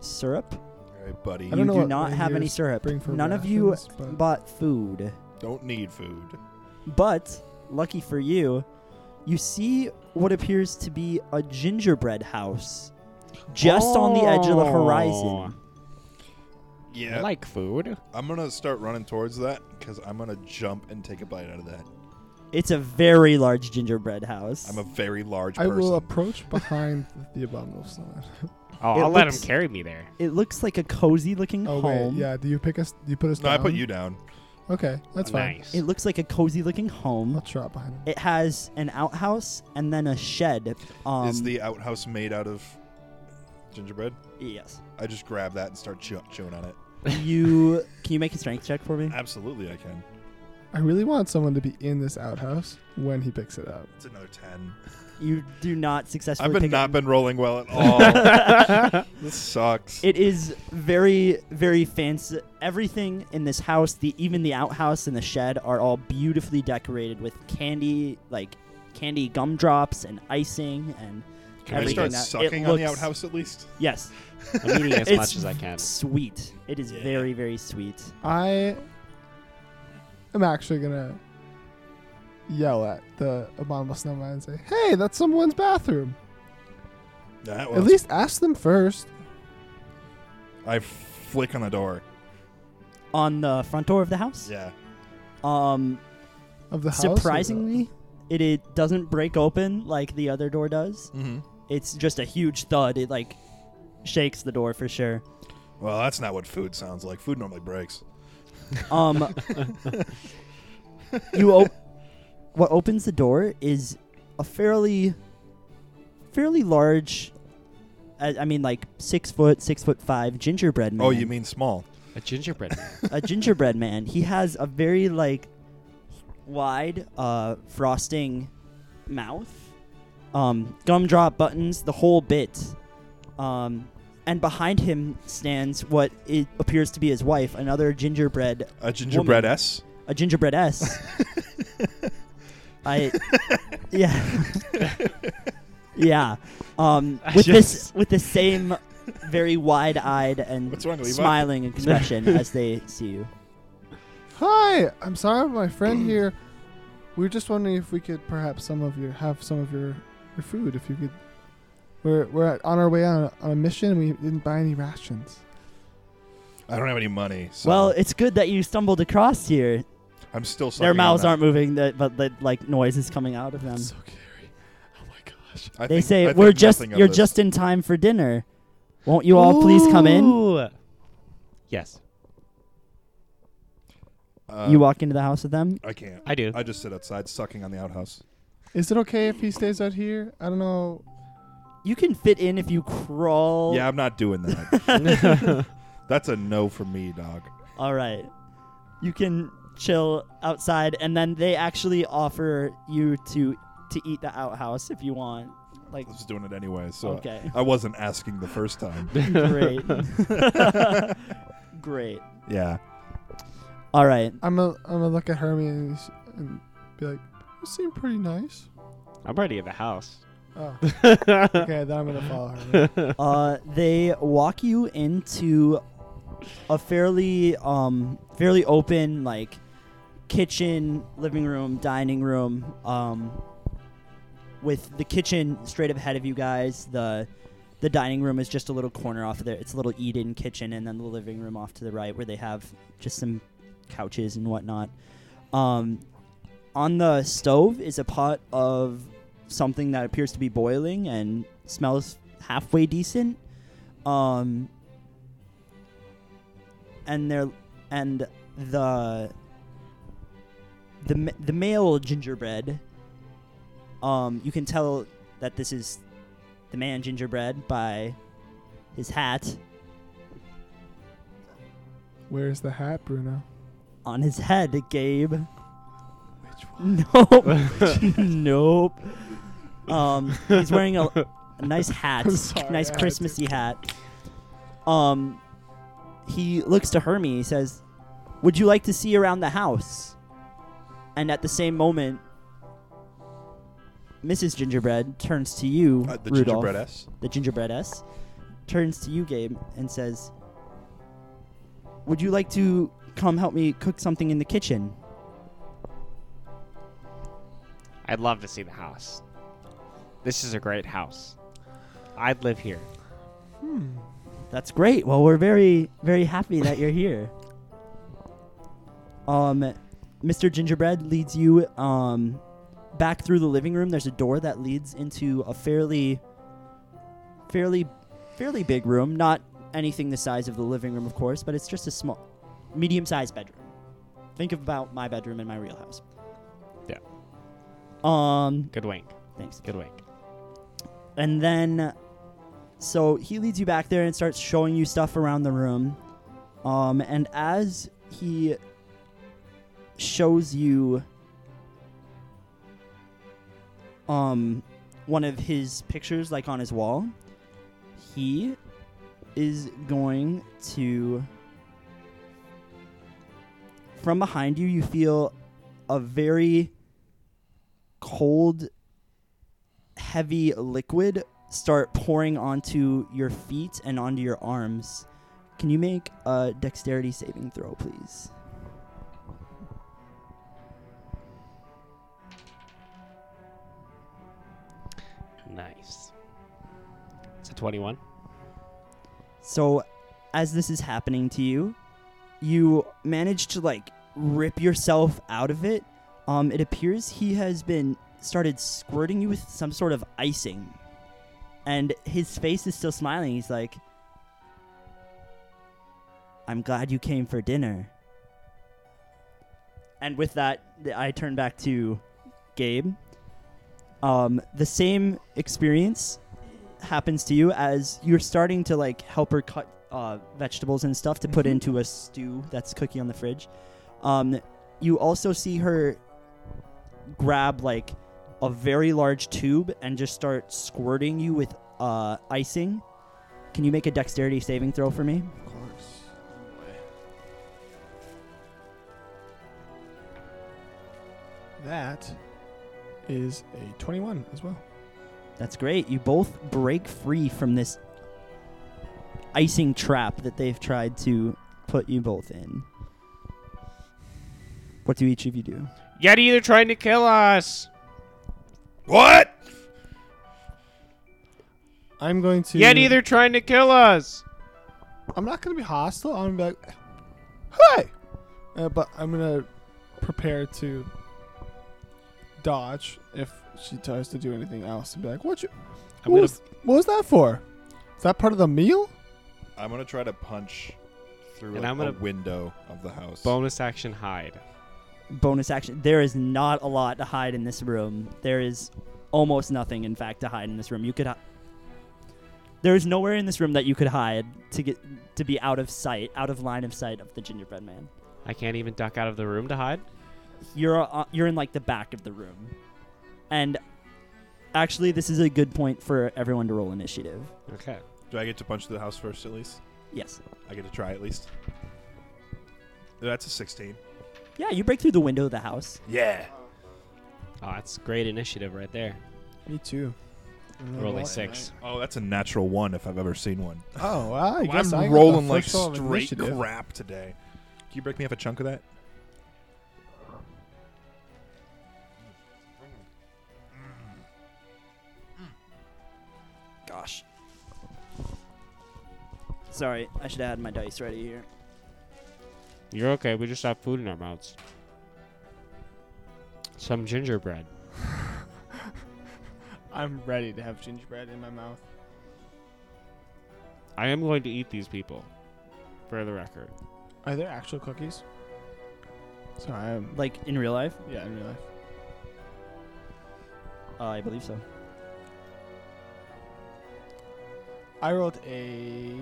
syrup
All right, buddy.
I don't
you
know
do
what
not have any
reindeers
syrup
bring for
none of you
rations, but-
bought food
Don't need food.
But lucky for you, you see what appears to be a gingerbread house just on the edge of the
Oh.
horizon.
I
Yeah,
Oh. like food.
I'm gonna start running towards that because I'm gonna jump and take a bite out of that.
It's a very large gingerbread house.
I'm a very large
I
person.
will approach behind *laughs* the abominable *laughs* snowman.
Oh,
It
I'll let him
looks-
carry me there.
it looks like a cozy looking
Oh
home.
wait, yeah. Do you pick us? Do you put us?
no, I
down?
put you down.
Okay, that's fine.
nice.
It looks like a cozy looking home.
I'll trot behind him.
It has an outhouse and then a shed. Um,
Is the outhouse made out of gingerbread?
yes.
I just grab that and start chew- chewing on it.
you can you make a strength check for me?
Absolutely, I can.
I really want someone to be in this outhouse when he picks it up.
It's another ten.
You do not successfully.
I've been
pick
not
up.
been rolling well
*laughs*
at all. this sucks.
It is very, very fancy. Everything in this house, the even the outhouse and the shed, are all beautifully decorated with candy, like candy gumdrops and icing, and
can I start
everything *laughs* that- it
sucking on the
looks-
outhouse at least?
yes,
I'm eating as
It's
much as I can.
sweet. It is
Yeah.
very, very sweet.
I am actually gonna yell at the abominable snowman and say, "Hey, that's someone's bathroom.
That
At least ask them first.
I flick on the door.
On the front door of the house,
Yeah.
um,
Of the house, or the-
surprisingly, it, it doesn't break open like the other door does.
Mm-hmm.
It's just a huge thud. It like shakes the door for sure.
Well, that's not what food sounds like. Food normally breaks.
Um, *laughs* you op- what opens the door is a fairly, fairly large. I, I mean, like six foot, six foot five gingerbread man.
Oh, you mean small?
A gingerbread. man.
a gingerbread man? He has a very like wide uh, frosting mouth, um, gumdrop buttons, the whole bit. Um, and behind him stands what it appears to be his wife, another gingerbread
A gingerbread
Woman.
S?
a
*laughs*
gingerbread S. I
*laughs*
yeah yeah um
I
with this
just-
with the same very wide-eyed and
What's wrong, Levi? *laughs*
smiling expression as they see you.
Hi, I'm sorry, my *clears throat* friend here. We were just wondering if we could perhaps some of your have some of your your food if you could. We're we're on our way on a, on a mission. and We didn't buy any rations.
I don't have any money. So
Well, it's good that you stumbled across here.
I'm still sucking
Their
on
mouths
that.
aren't moving, the, but the like noise is coming out of them.
scary. Oh my gosh.
I
they
think- I
say,
think
"We're just
nothing of
you're
this.
just in time for dinner. Won't you all please come in?"
Ooh. Yes,
Uh,
you walk into the house with them.
I can't.
I do.
I just sit outside sucking on the outhouse.
Is it okay if he stays out here? I don't know.
You can fit in if you crawl.
Yeah, I'm not doing that. *laughs* That's a no for me, dog.
All right. You can chill outside and then they actually offer you to to eat the outhouse if you want. Like
I was doing it anyway, so *laughs*
Okay.
I wasn't asking the first time.
great. *laughs* great.
yeah.
All right.
I'm a I'm gonna look at Hermie and, s- and be like, you seem pretty nice.
I'm already in the house.
*laughs* Oh, okay. Then I'm gonna follow *laughs* Hermie.
*laughs* Uh they walk you into a fairly um fairly open like kitchen, living room, dining room um with the kitchen straight up ahead of you guys. The the dining room is just a little corner off of there. It's a little eat-in kitchen, and then the living room off to the right, where they have just some couches and whatnot. Um, on the stove is a pot of something that appears to be boiling and smells halfway decent. Um, and there, and the the ma- the male gingerbread um, you can tell that this is the man gingerbread by his hat
Where's the hat, Bruno?
on his head, Gabe. *laughs*
Which *laughs*
Nope. nope. Um, he's wearing
*laughs*
a, a nice hat,
I'm sorry,
nice
I had
Christmassy hat. Um, he looks to Hermie. He says, "Would you like to see around the house?" And at the same moment, Mrs. Gingerbread turns to you,
Uh, the
Rudolph.
gingerbread S.
the gingerbread S, turns to you, Gabe, and says, Would you like to come help me cook something in the kitchen?
I'd love to see the house. This is a great house. I'd live here.
That's great. Well, we're very, very happy that you're here. Um, Mr. Gingerbread leads you um, back through the living room. There's a door that leads into a fairly, fairly, fairly big room. Not anything the size of the living room, of course, but it's just a small, medium-sized bedroom. Think about my bedroom in my real house.
Yeah.
Um.
Good wink.
Thanks.
Good wink.
And then, so he leads you back there and starts showing you stuff around the room. Um, and as he shows you um, one of his pictures, like on his wall, he is going to. From behind you, you feel a very cold, heavy liquid start pouring onto your feet and onto your arms. Can you make a dexterity saving throw, please?
Nice. It's a 21.
So, as this is happening to you, you manage to like rip yourself out of it. Um, it appears he has been started squirting you with some sort of icing, and his face is still smiling. He's like, "I'm glad you came for dinner." And with that, th- I turn back to Gabe. Um, the same experience happens to you as you're starting to like help her cut uh, vegetables and stuff to put into a stew that's cooking on the fridge. Um, you also see her grab like a very large tube and just start squirting you with uh, icing. Can you make a dexterity saving throw for me?
Of course.
That is a 21 as well.
That's great. You both break free from this icing trap that they've tried to put you both in. What do each of you do?
Yeti, they're trying to kill us.
What?
I'm going to.
Yeti, they're trying to kill us.
I'm not going to be hostile. I'm going to be like, hi! Uh, but I'm going to prepare to dodge if she tries to do anything else and be like, what, you,
I'm
what,
gonna-
was, what was that for? Is that part of the meal?
I'm gonna try to punch through
And
like,
I'm gonna-
a window of the house.
Bonus action hide.
bonus action. There is not a lot to hide in this room. There is almost nothing, in fact, to hide in this room. You could. Hi- there is nowhere in this room that you could hide to get to be out of sight, out of line of sight of the gingerbread man.
I can't even duck out of the room to hide.
You're uh, you're in like the back of the room, and actually, this is a good point for everyone to roll initiative.
Okay.
Do I get to punch through the house first at least?
Yes.
I get to try at least. That's a 16.
Yeah, you break through the window of the house.
Yeah.
Oh, that's great initiative right there.
Me too. And then
Rolling
what?
six.
Oh, that's a natural one if I've ever seen one.
Oh, well, I
Well,
guess
I'm
I got the
rolling like
first roll of
straight
initiative.
crap today. Can you break me up a chunk of that?
Gosh. Sorry, I should have had my dice ready here.
You're okay. We just have food in our mouths. Some gingerbread.
I'm ready to have gingerbread in my mouth.
I am going to eat these people, for the record.
Are there actual cookies? Sorry, I'm,
Like in real life,
yeah, in real life.
uh, I believe so.
I rolled a,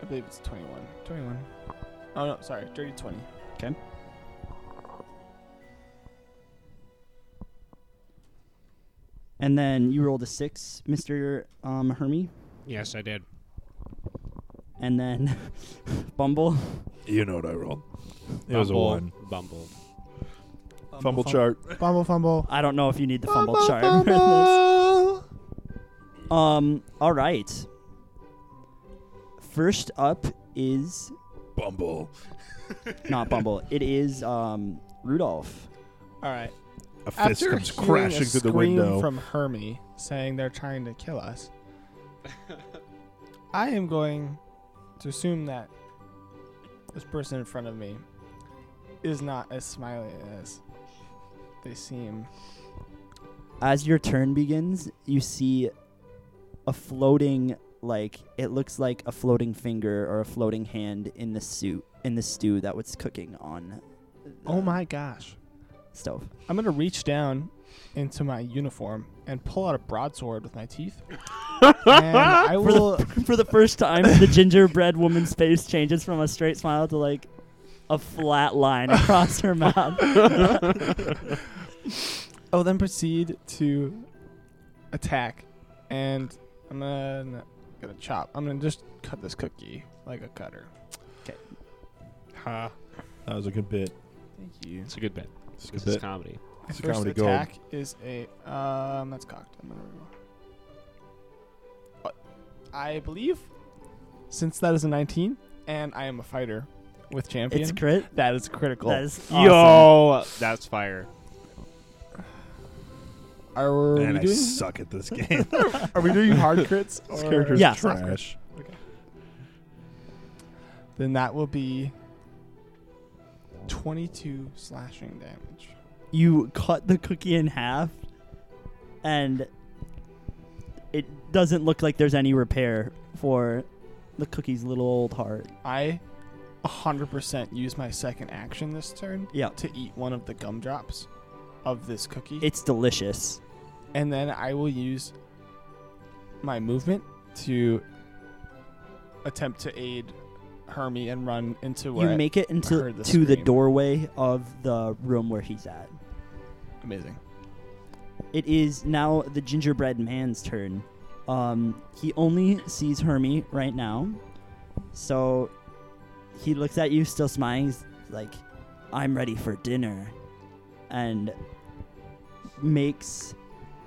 I believe it's 21. 21. Oh no, sorry, dirty 20.
And then you rolled a six, Mr. Um, Hermy.
Yes, I did.
And then *laughs* Bumble.
You know what I rolled. It
Bumble,
was a one.
*laughs* Bumble.
Fumble chart.
Fumble, fumble.
I don't know if you need the fumble chart
Fumble,
for this. *laughs*
Ah.
Um, all right. First up is
Bumble.
not Bumble. It is um, Rudolph.
All right.
A fist
After
comes
hearing
crashing
a
through the
scream
window.
from Hermy saying they're trying to kill us, I am going to assume that this person in front of me is not as smiley as they seem.
As your turn begins, you see a floating, like it looks like a floating finger or a floating hand in the soup in the stew that was cooking on. the
Oh my gosh.
stove.
I'm gonna reach down into my uniform and pull out a broadsword with my
*laughs*
teeth. and I
For
will.
the, for the first time, the gingerbread woman's face changes from a straight smile to like a flat line across
*laughs*
her mouth.
I will then proceed to attack, and I'm gonna, gonna chop. I'm gonna just cut this cookie like a cutter.
'Kay.
Ha.
That was a good bit.
Thank you.
It's a good bit.
It's a
This
good
is
bit.
comedy.
My
It's a
first
comedy gold.
attack is a um that's cocked. I'm gonna reroll. Uh, I believe since that is a 19 and I am a fighter with champion.
It's crit.
that is critical.
That is awesome.
Yo, that's fire.
Are
Man,
we
I
doing
suck at this
*laughs*
game.
Are we
*laughs*
doing hard crits?
this
or-
character's
Yeah.
trash.
Then that will be 22 slashing damage.
You cut the cookie in half, and it doesn't look like there's any repair for the cookie's little old heart.
I 100% use my second action this turn
Yeah,
to eat one of the gumdrops of this cookie.
it's delicious.
and then I will use my movement to attempt to aid Hermie and run into where
You
I-
make it into
heard the
to the
scream.
doorway of the room where he's at.
amazing.
It is now the gingerbread man's turn. Um, he only sees Hermie right now, so he looks at you, still smiling. He's like, "I'm ready for dinner," and makes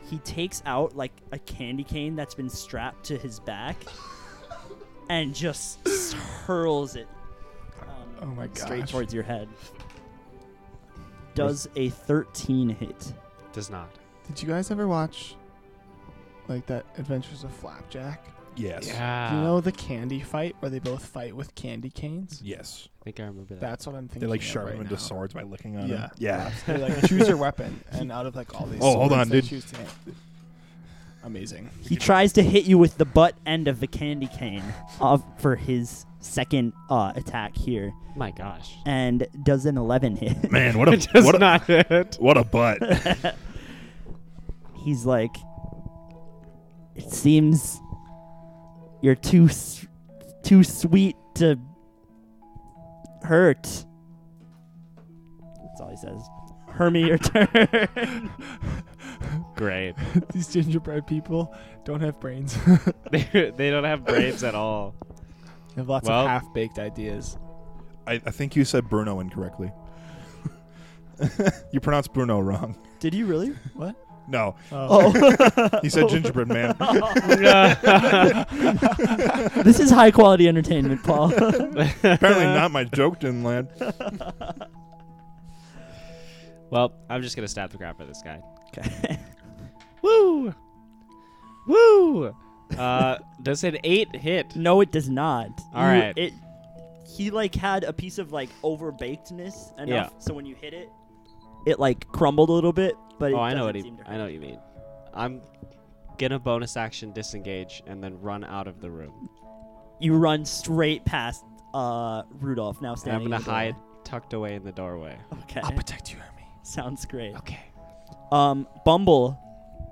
he takes out like a candy cane that's been strapped to his back, and just hurls it um,
Oh my gosh.
straight towards your head. Does a 13 hit?
Does not.
Did you guys ever watch like that Adventures of Flapjack?
Yes.
Yeah.
Do you know the candy fight where they both fight with candy canes?
Yes.
I think I remember that.
That's what I'm thinking.
they like
of
sharpen
right
into
now.
swords by licking on
Yeah.
them.
*laughs*
Yeah.
They like choose your weapon, and out of like all these.
Oh, hold
swords,
on,
they
dude.
choose to hit. Amazing.
He tries to hit you with the butt end of the candy cane of, for his second uh, attack here,
My gosh.
*laughs*
and does an 11 hit. *laughs*
Man,
*laughs*
what a
Does
what a, *laughs*
not hit.
what a butt.
He's like, it seems you're too s- too sweet to hurt. That's all he says. Hermie, your *laughs* turn.
Great.
these gingerbread people don't have brains.
*laughs* they they don't have brains at all.
*laughs* They have lots
Well-
of half-baked ideas.
I, I think you said Bruno incorrectly. *laughs* you pronounced Bruno wrong.
Did you *laughs* really?
What?
No,
Oh,
*laughs* he
*laughs*
said gingerbread man.
this is high quality entertainment, Paul.
Apparently not my joke didn't land.
Well, I'm just gonna stab the crap out of this guy.
*laughs* okay.
Woo! Woo! Uh, does an eight hit?
No, it does not.
All
All
right.
right. It. He like had a piece of like overbakedness enough,
Yeah.
so when you hit it, it like crumbled a little bit. But it
oh, I know
doesn't
what he,
seem to
I know what you mean. I'm gonna bonus action disengage and then run out of the room.
hurt. You run straight past uh Rudolph now
And I'm
standing.
gonna
in the
hide tucked away in the doorway.
door. *laughs* Okay.
I'll protect you, Hermie.
*laughs* Sounds great.
Okay.
Um, Bumble,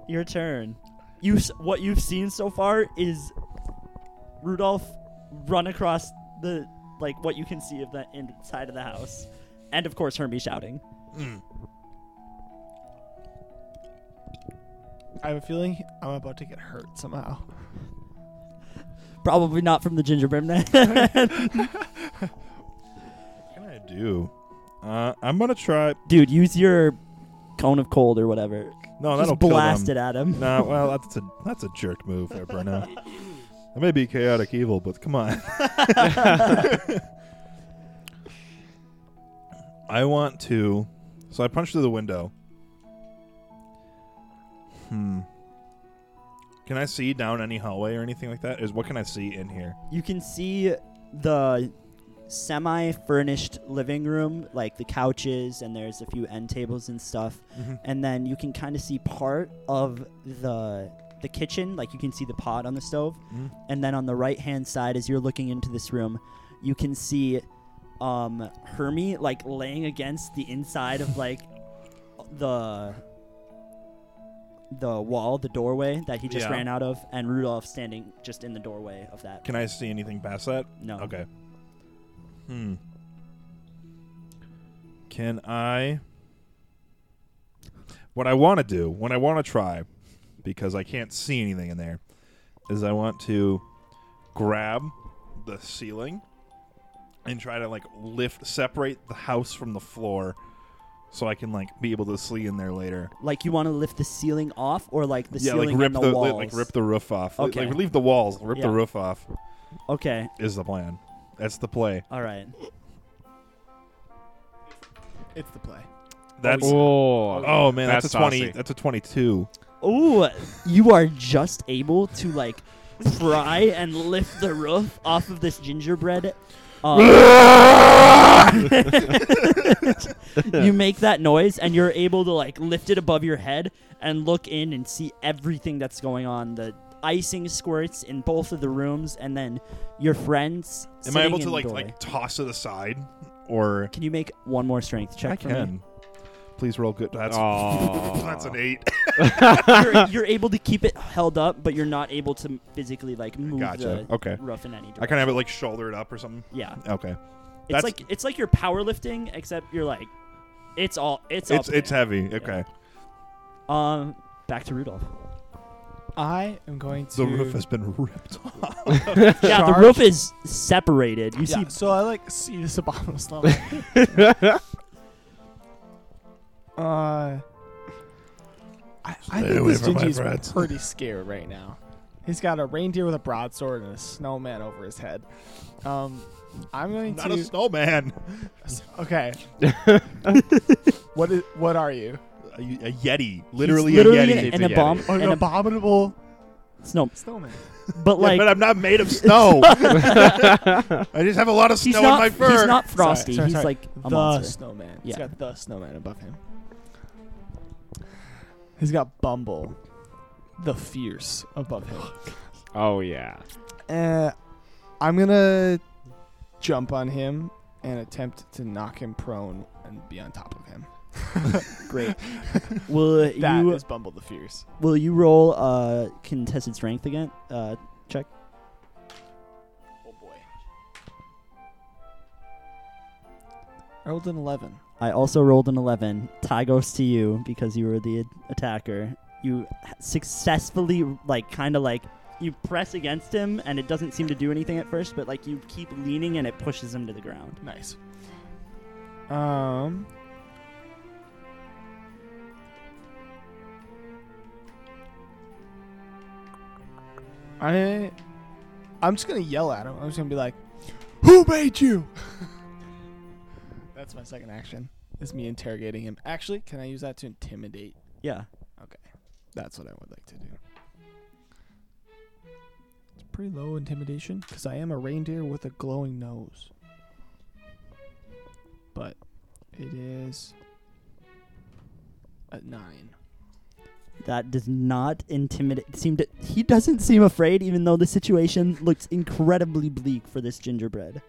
your turn. You s- what you've seen so far is Rudolph run across the like what you can see of the inside of the house, and of course Hermie shouting.
I have a feeling I'm about to get hurt somehow.
Probably not from the gingerbread man.
What can I do? Uh, I'm gonna try.
Dude, use your cone of cold or whatever.
No, Oh, that'll
Just blast
kill
it
them.
at him.
No, well that's a that's a jerk move there, Bruno. I may be chaotic evil, but come on. *laughs* I want to. So I punch through the window. Hmm. Can I see down any hallway or anything like that? Is what can I see in here?
You can see the semi furnished living room, like the couches, and there's a few end tables and stuff. And then you can kind of see part of the the kitchen, like you can see the pot on the stove.
Mhm.
And then on the right hand side, as you're looking into this room, you can see um, Hermie like laying against the inside of like the the wall, the doorway that he just
Yeah.
ran out of, and Rudolph standing just in the doorway of that.
Can I see anything past that?
No.
Okay. Hmm. Can I? What I want to do, what I want to try, because I can't see anything in there, is I want to grab the ceiling and try to like lift, separate the house from the floor, so I can like be able to see in there later.
Like you want to lift the ceiling off, or like the
yeah,
ceiling
like rip
and the,
li-
walls.
like rip the roof off. Li-
Okay.
Like leave the walls, rip
Yeah.
the roof off
okay,
is the plan. That's the play.
all right.
It's the play.
That's
oh,
Oh man, that's,
That's
a twenty.
saucy.
That's a twenty-two.
Ooh, you are just able to like pry and lift the roof off of this gingerbread. Um, *laughs* you make that noise and you're able to like lift it above your head and look in and see everything that's going on. The icing squirts in both of the rooms, and then your friends.
Am I
sitting
able
in
to
the
like
doorway.
like toss it aside, or
Can you make one more strength check?
I
for me?
can? Please roll good. That's
Aw.
*laughs* that's an eight. *laughs*
you're, you're able to keep it held up, but you're not able to physically like move
Gotcha.
the
Okay.
roof in any direction.
I can have it like shouldered up or something.
Yeah,
Okay.
it's
That's-
like it's like you're powerlifting, except you're like, it's all it's
It's
up
it's
there.
heavy. Okay.
um back to *laughs* Rudolph.
I am going to.
The roof has been *laughs* ripped off.
yeah, the
Charge.
roof is separated. You
Yeah,
see,
so I like see *laughs* the Sabano
*laughs*
slump. uh, I, I
Stay
think
away
this
from my
Gingy's
brats.
pretty scared right now. He's got a reindeer with a broadsword and a snowman over his head. Um, I'm going
Not
to.
a snowman. *laughs*
okay. what is? What are you?
A, a yeti. Literally,
literally
a
an-
yeti.
an
It's a yeti.
abom-
An
And a-
abominable
snow,
snowman.
but
Yeah,
like
but I'm not made *laughs* of snow. I just have a lot of
he's
snow in
not
my fur.
he's not frosty.
sorry,
he's
sorry.
like a
the
monster.
snowman. He's
Yeah.
got the snowman above him. He's got Bumble, the fierce above him.
oh yeah.
Uh, I'm gonna jump on him and attempt to knock him prone and be on top of *laughs* him.
Great. Will
That is
you
Bumble the Fierce.
will you roll uh contested strength again? Uh, check.
Oh boy. I rolled an eleven.
I also rolled an 11. Tie goes to you because you were the attacker. You successfully, like, kind of like, you press against him and it doesn't seem to do anything at first, but, like, you keep leaning and it pushes him to the ground.
Nice. Um. I, I'm just gonna yell at him. I'm just gonna be like, "Who made you?" *laughs* That's my second action. Is me interrogating him. Actually, can I use that to intimidate?
Yeah.
That's what I would like to do. It's pretty low intimidation because I am a reindeer with a glowing nose. But it is a nine.
That does not intimidate. Seem to. He doesn't seem afraid, even though the situation looks incredibly bleak for this gingerbread.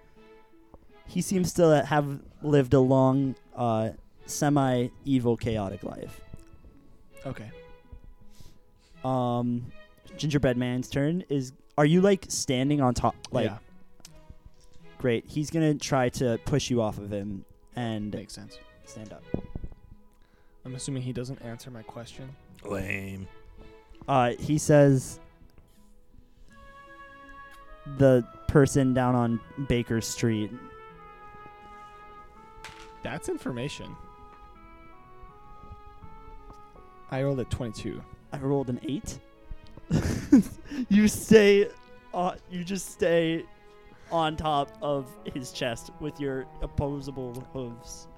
He seems to have lived a long, uh, semi evil, chaotic life.
Okay.
um gingerbread man's turn is are you like standing on top like
yeah,
great he's gonna try to push you off of him and
makes sense.
stand up
I'm assuming he doesn't answer my question.
Lame.
uh he says the person down on baker street
That's information. I rolled a 22.
i rolled an eight *laughs* you stay uh, you just stay on top of his chest with your opposable hooves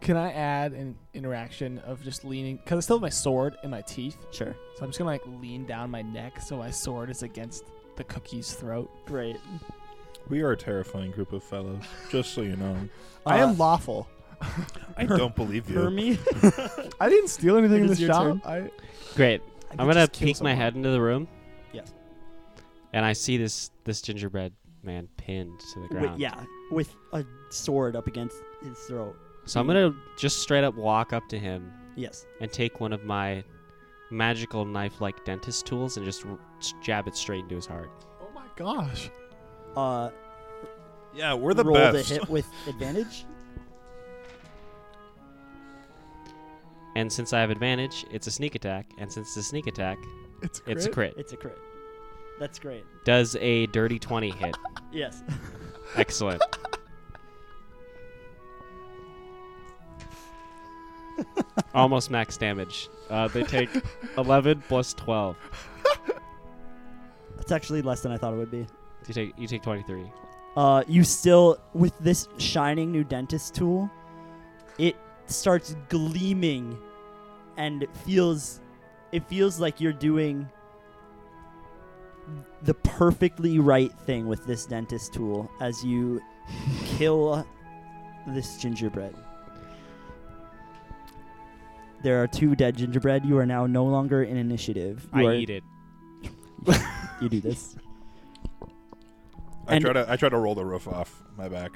Can I add an interaction of just leaning? Because I still have my sword in my teeth.
sure
So I'm just gonna like lean down my neck so my sword is against the cookie's throat.
great
We are a terrifying group of fellows. Just so you know,
I
Uh,
am lawful.
I don't believe you.
Hermie,
I didn't steal anything
It
in the
is your turn.
shop. I,
Great.
I
I'm
did
gonna
just kill
peek my
someone.
head into the room.
Yes.
And I see this this gingerbread man pinned to the
Wi-
ground.
yeah, with a sword up against his throat.
So I'm gonna just straight up walk up to him
Yes.
and take one of my magical knife-like dentist tools and just r- jab it straight into his heart.
Oh my gosh.
Uh,
Yeah, we're the
roll
best.
to
*laughs*
hit with advantage.
And since I have advantage, it's a sneak attack. And since it's a sneak attack,
It's
it's a crit.
It's a crit. That's great.
Does a dirty 20 hit.
Yes. *laughs*
Excellent. Almost max damage. Uh, they take 11 plus 12.
That's actually less than I thought it would be.
You take you take 23.
Uh, you still with this shining new dentist tool, it starts gleaming, and it feels, it feels like you're doing the perfectly right thing with this dentist tool as you kill this gingerbread. There are two dead gingerbread. You are now no longer in initiative. You
I
are-
eat it.
You do this.
I
and-
try to I try to roll the roof off my back,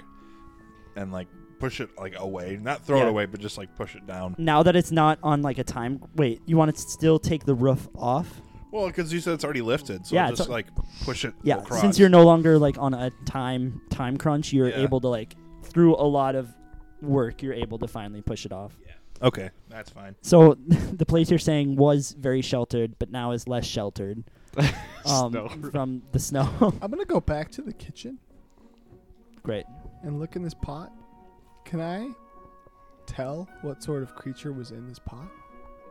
and like push it like away, not throw
Yeah.
it away, but just like push it down.
now that it's not on like a time wait you want to still take the roof off
Well, because you said it's already lifted, so
Yeah,
just
it's a-
like push it.
yeah
across.
since you're no longer like on a time time crunch you're
Yeah.
able to like through a lot of work you're able to finally push it off
okay, that's fine.
so *laughs* the place you're saying was very sheltered but now is less sheltered um,
Snow.
from the snow *laughs*
I'm gonna go back to the kitchen
great
and look in this pot. Can I tell what sort of creature was in this pot?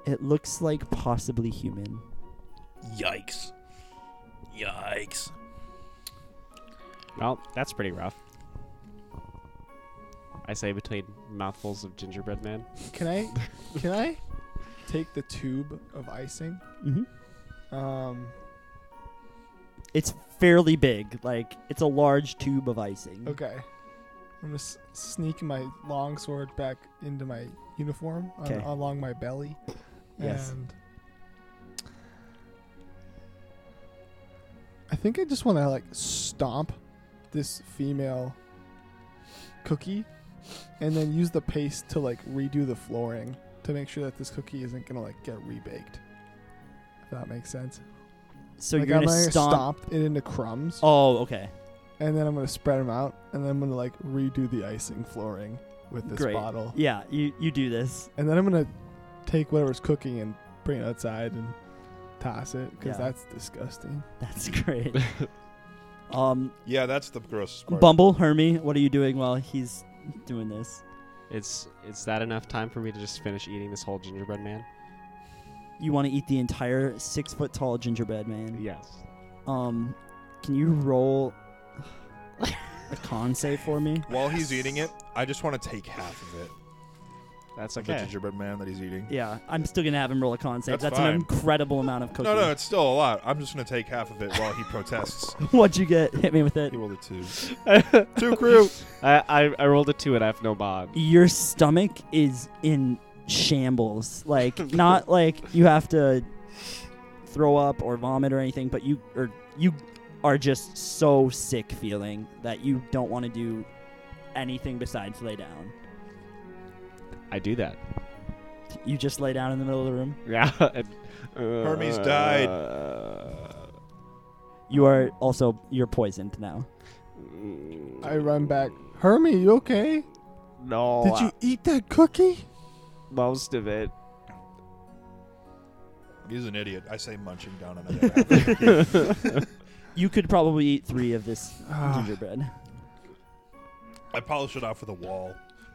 it looks like possibly human
Yikes! Yikes!
Well, that's pretty rough. I say between mouthfuls of gingerbread man.
Can I
*laughs*
can I take the tube of icing?
hmm
Um
it's fairly big like it's a large tube of icing
okay. I'm gonna s- sneak my long sword back into my uniform on,
Okay.
along my belly.
Yes.
And I think I just want to like stomp this female cookie and then use the paste to like redo the flooring to make sure that this cookie isn't gonna like get rebaked. If that makes sense.
so
like
you're
I'm
gonna stomp
it into crumbs
oh okay
and then I'm gonna spread them out, and then I'm gonna like redo the icing flooring with this
Great.
bottle,
yeah you you do this
and then I'm gonna take whatever's cooking and bring it outside and toss it because
Yeah.
that's disgusting.
That's *laughs* great. um,
Yeah, that's the grossest part.
Bumble, Hermie, what are you doing while he's doing this?
It's is that enough time for me to just finish eating this whole gingerbread man?
You want to eat the entire six foot tall gingerbread man.
Yes.
Um, can you roll a
*laughs*
con save for me?
While he's eating it, I just want to take half of it.
That's
Of the
okay.
gingerbread man that he's eating.
Yeah, I'm still gonna have him roll a con save. That's,
That's
an
fine.
incredible amount of cookies.
No, no, it's still a lot. I'm just gonna take half of it while he
*laughs*
protests.
What'd you get? Hit me with it.
He rolled a two.
*laughs* I,
two crew.
I I rolled a two and I have no bond.
Your stomach is in shambles. Like not like you have to throw up or vomit or anything, but you or you are just so sick feeling that you don't want to do anything besides lay down.
I do that. *laughs*
You just lay down in the middle of the room.
Yeah. and-
Hermes died.
Uh,
You are also you're poisoned now.
I run back. Hermie, you okay?
Oh,
No.
Did you eat that cookie?
most of it.
He's an idiot. I say munching down another *laughs* half.
You could probably eat three of this
Ah.
gingerbread.
I polish it off with a wall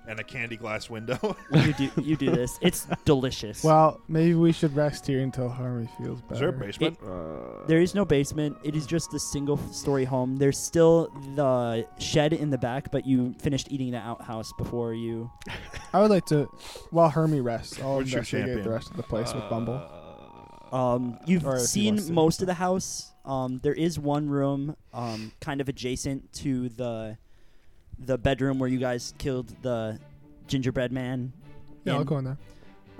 and a candy glass window. *laughs*
You do you do this. It's delicious.
Well, maybe we should rest here until Hermie feels better.
Is there a basement?
Uh,
There is no basement. It is just a single f- story home. There's still the shed in the back, but you finished eating the outhouse before you.
I would like to, while Hermie rests, I'll
What's your
investigate the
champion? Uh,
rest of the place
uh,
with Bumble.
Um,
Uh, Or if
you've
he wants
seen
to.
most of the house. Um, there is one room, um, kind of adjacent to the the bedroom where you guys killed the gingerbread man.
Yeah, I'll
And,
go in there.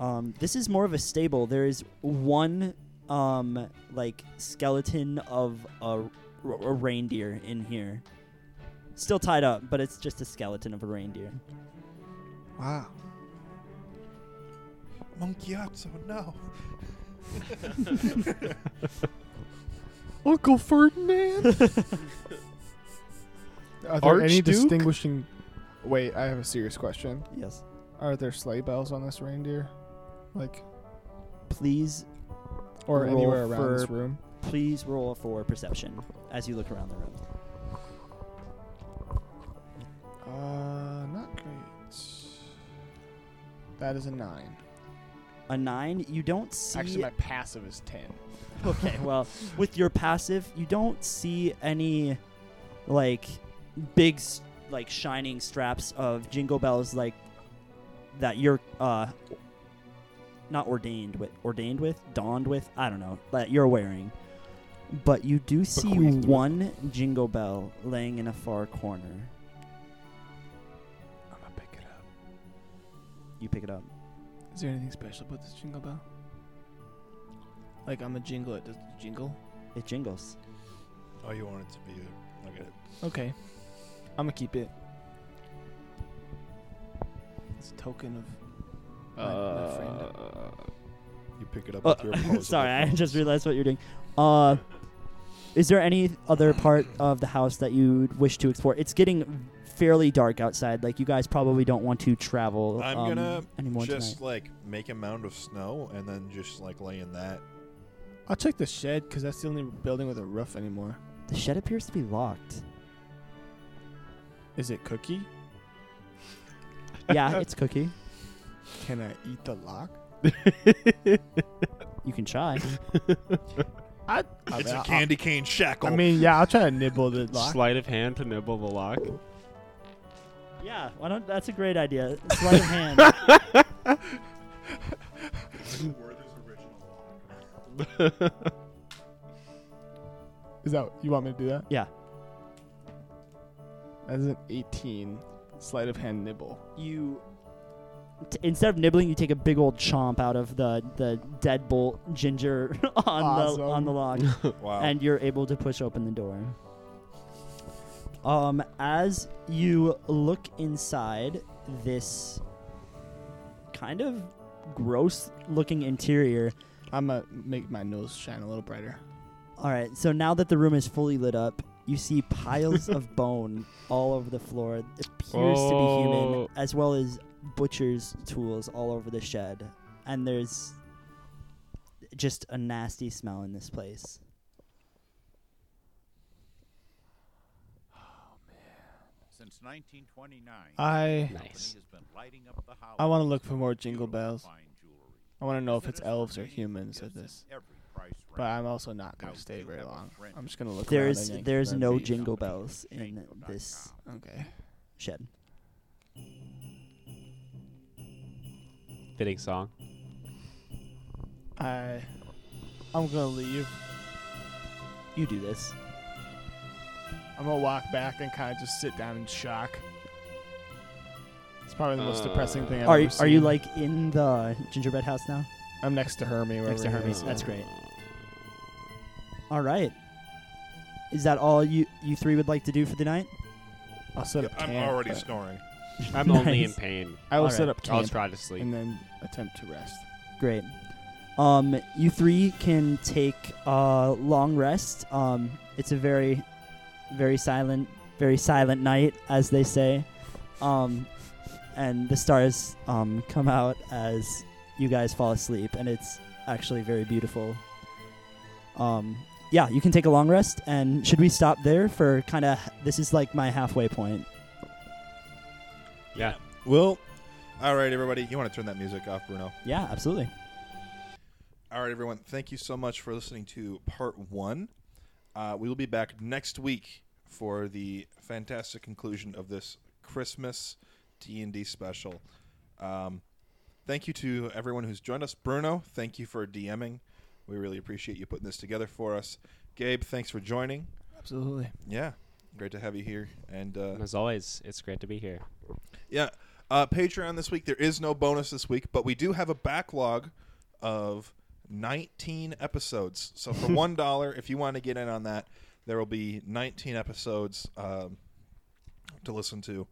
Um, this is more of a stable. There is one um like skeleton of a, a reindeer in here, still tied up, but it's just a skeleton of a reindeer.
Wow.
Monkey up, so no.
Uncle *laughs* Ferdinand. Are there any
Archduke?
distinguishing? Wait, I have a serious question.
Yes.
Are there sleigh bells on this reindeer, like,
Please,
or
Roll
anywhere around this
for-
room?
please roll for perception as you look around the room.
Uh, not great. That is a nine.
A nine, you don't see.
Actually, my passive is ten. *laughs*
okay, well, with your passive, you don't see any like big s- like shining straps of jingle bells like that you're uh not ordained with ordained with donned with I don't know that you're wearing. But you do see
Bequeathed with.
one jingle bell laying in a far corner.
I'm gonna pick it up.
You pick it up.
Is there anything special about this jingle bell? Like I'm a jingle. It does jingle.
It jingles.
Oh, you want it to be a, like a
Okay. I'm gonna keep it. It's a token of
uh,
my, my friend.
you pick it up
Uh, *laughs*
with your. opposable
Sorry, I
thumbs.
just realized what you're doing. Uh, is there any other part of the house that you wish to explore? It's getting fairly dark outside. Like you guys probably don't want to travel.
I'm
um,
gonna
anymore
Just
tonight.
like make a mound of snow and then just like lay in that.
I'll check the shed because that's the only building with a roof anymore.
The shed appears to be locked.
Is it cookie?
*laughs*
yeah, it's cookie.
Can I eat the lock?
You
*laughs*
can try.
I, I
It's
mean,
a
I-
candy cane shackle.
I mean, yeah, I'll try to nibble the lock.
Sleight of hand to nibble the lock.
yeah, why don't? That's a great idea. Sleight of hand.
Is that you want me to do that?
Yeah.
That's an 18 sleight of hand nibble.
You. T- instead of nibbling, you take a big old chomp out of the the deadbolt ginger *laughs* on
Awesome.
the on the log.
wow.
and you're able to push open the door. Um, as you look inside this kind of gross looking interior.
I'm gonna make my nose shine a little brighter.
All right, so now that the room is fully lit up, you see piles of bone all over the floor. It appears to be human,
Oh.
as well as butcher's tools all over the shed. And there's just a nasty smell in this place.
Since 1929,
I
Nice.
has been lighting up the house
I want to look for more jingle
beautiful
bells.
fine jewelry.
I want to know if it's
Citizens
elves or
Bank
humans at
gives them
this.
every price
But
range.
I'm also not gonna
Now
stay
you
very
have a
long.
friend.
I'm just gonna look. around
There's
and yank
there's
some
no
leaves.
jingle
Company
bells in
at shango.com.
this
Okay.
shed.
Fitting song.
I I'm gonna leave.
You do this.
I'm gonna walk back and kind of just sit down in shock. It's probably the most depressing thing I've
are
ever
you,
seen.
are you like in the gingerbread house now?
I'm next to Hermie.
Next to
wherever he
Hermes.
is.
That's great. All right. Is that all you you three would like to do for the night?
I'll set up.
I'm
camp,
already
but
snoring.
I'm
*laughs* Nice.
only in pain.
I will
All
set
right.
up
I'll
camp
try to sleep.
and then attempt to rest.
Great. Um, you three can take a long rest. Um, it's a very, very silent, very silent night, as they say. Um, and the stars um, come out as you guys fall asleep, and it's actually very beautiful. Um, yeah, you can take a long rest, and should we stop there for kind of this is like my halfway point.
Yeah.
Well, all right, everybody. You want to turn that music off, Bruno?
Yeah, absolutely.
All right, everyone. Thank you so much for listening to part one. Uh, we will be back next week for the fantastic conclusion of this Christmas D and D special. Um, thank you to everyone who's joined us. Bruno, thank you for DMing. We really appreciate you putting this together for us. Gabe, thanks for joining.
Absolutely.
Yeah, great to have you here. And uh,
And as always, it's great to be here.
yeah. Uh, Patreon this week. There is no bonus this week, but we do have a backlog of 19 episodes. So for $1, if you want to get in on that, there will be 19 episodes um, to listen to,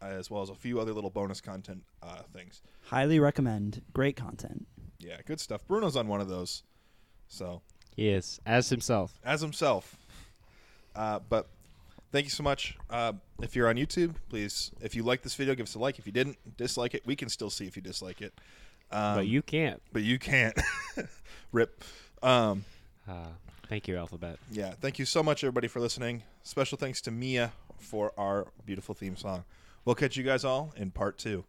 as well as a few other little bonus content uh, things.
Highly recommend. Great content.
Yeah, good stuff. Bruno's on one of those. So,
He is, as himself.
as himself. Uh, but thank you so much. Uh, if you're on YouTube, please, if you like this video, give us a like. If you didn't, dislike it. We can still see if you dislike it. Um,
but you can't.
but you can't. *laughs* Rip. Um,
Uh, thank you, Alphabet.
yeah, thank you so much, everybody, for listening. Special thanks to Mia for our beautiful theme song. We'll catch you guys all in part two.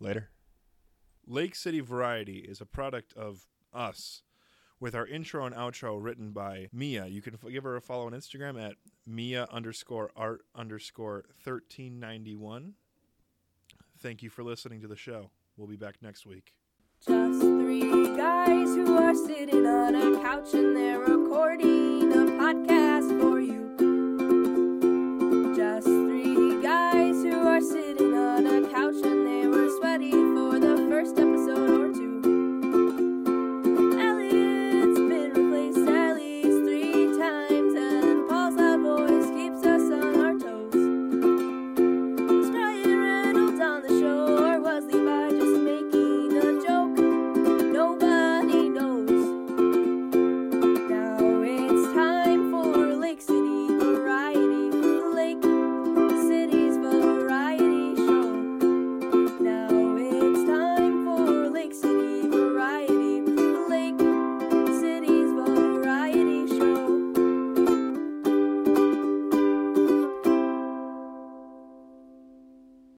Later. Lake City Variety is a product of us. With our intro and outro written by Mia, you can f- give her a follow on Instagram at Mia underscore art underscore 1391. Thank you for listening to the show. We'll be back next week.
Just three guys who are sitting on a couch and they're recording a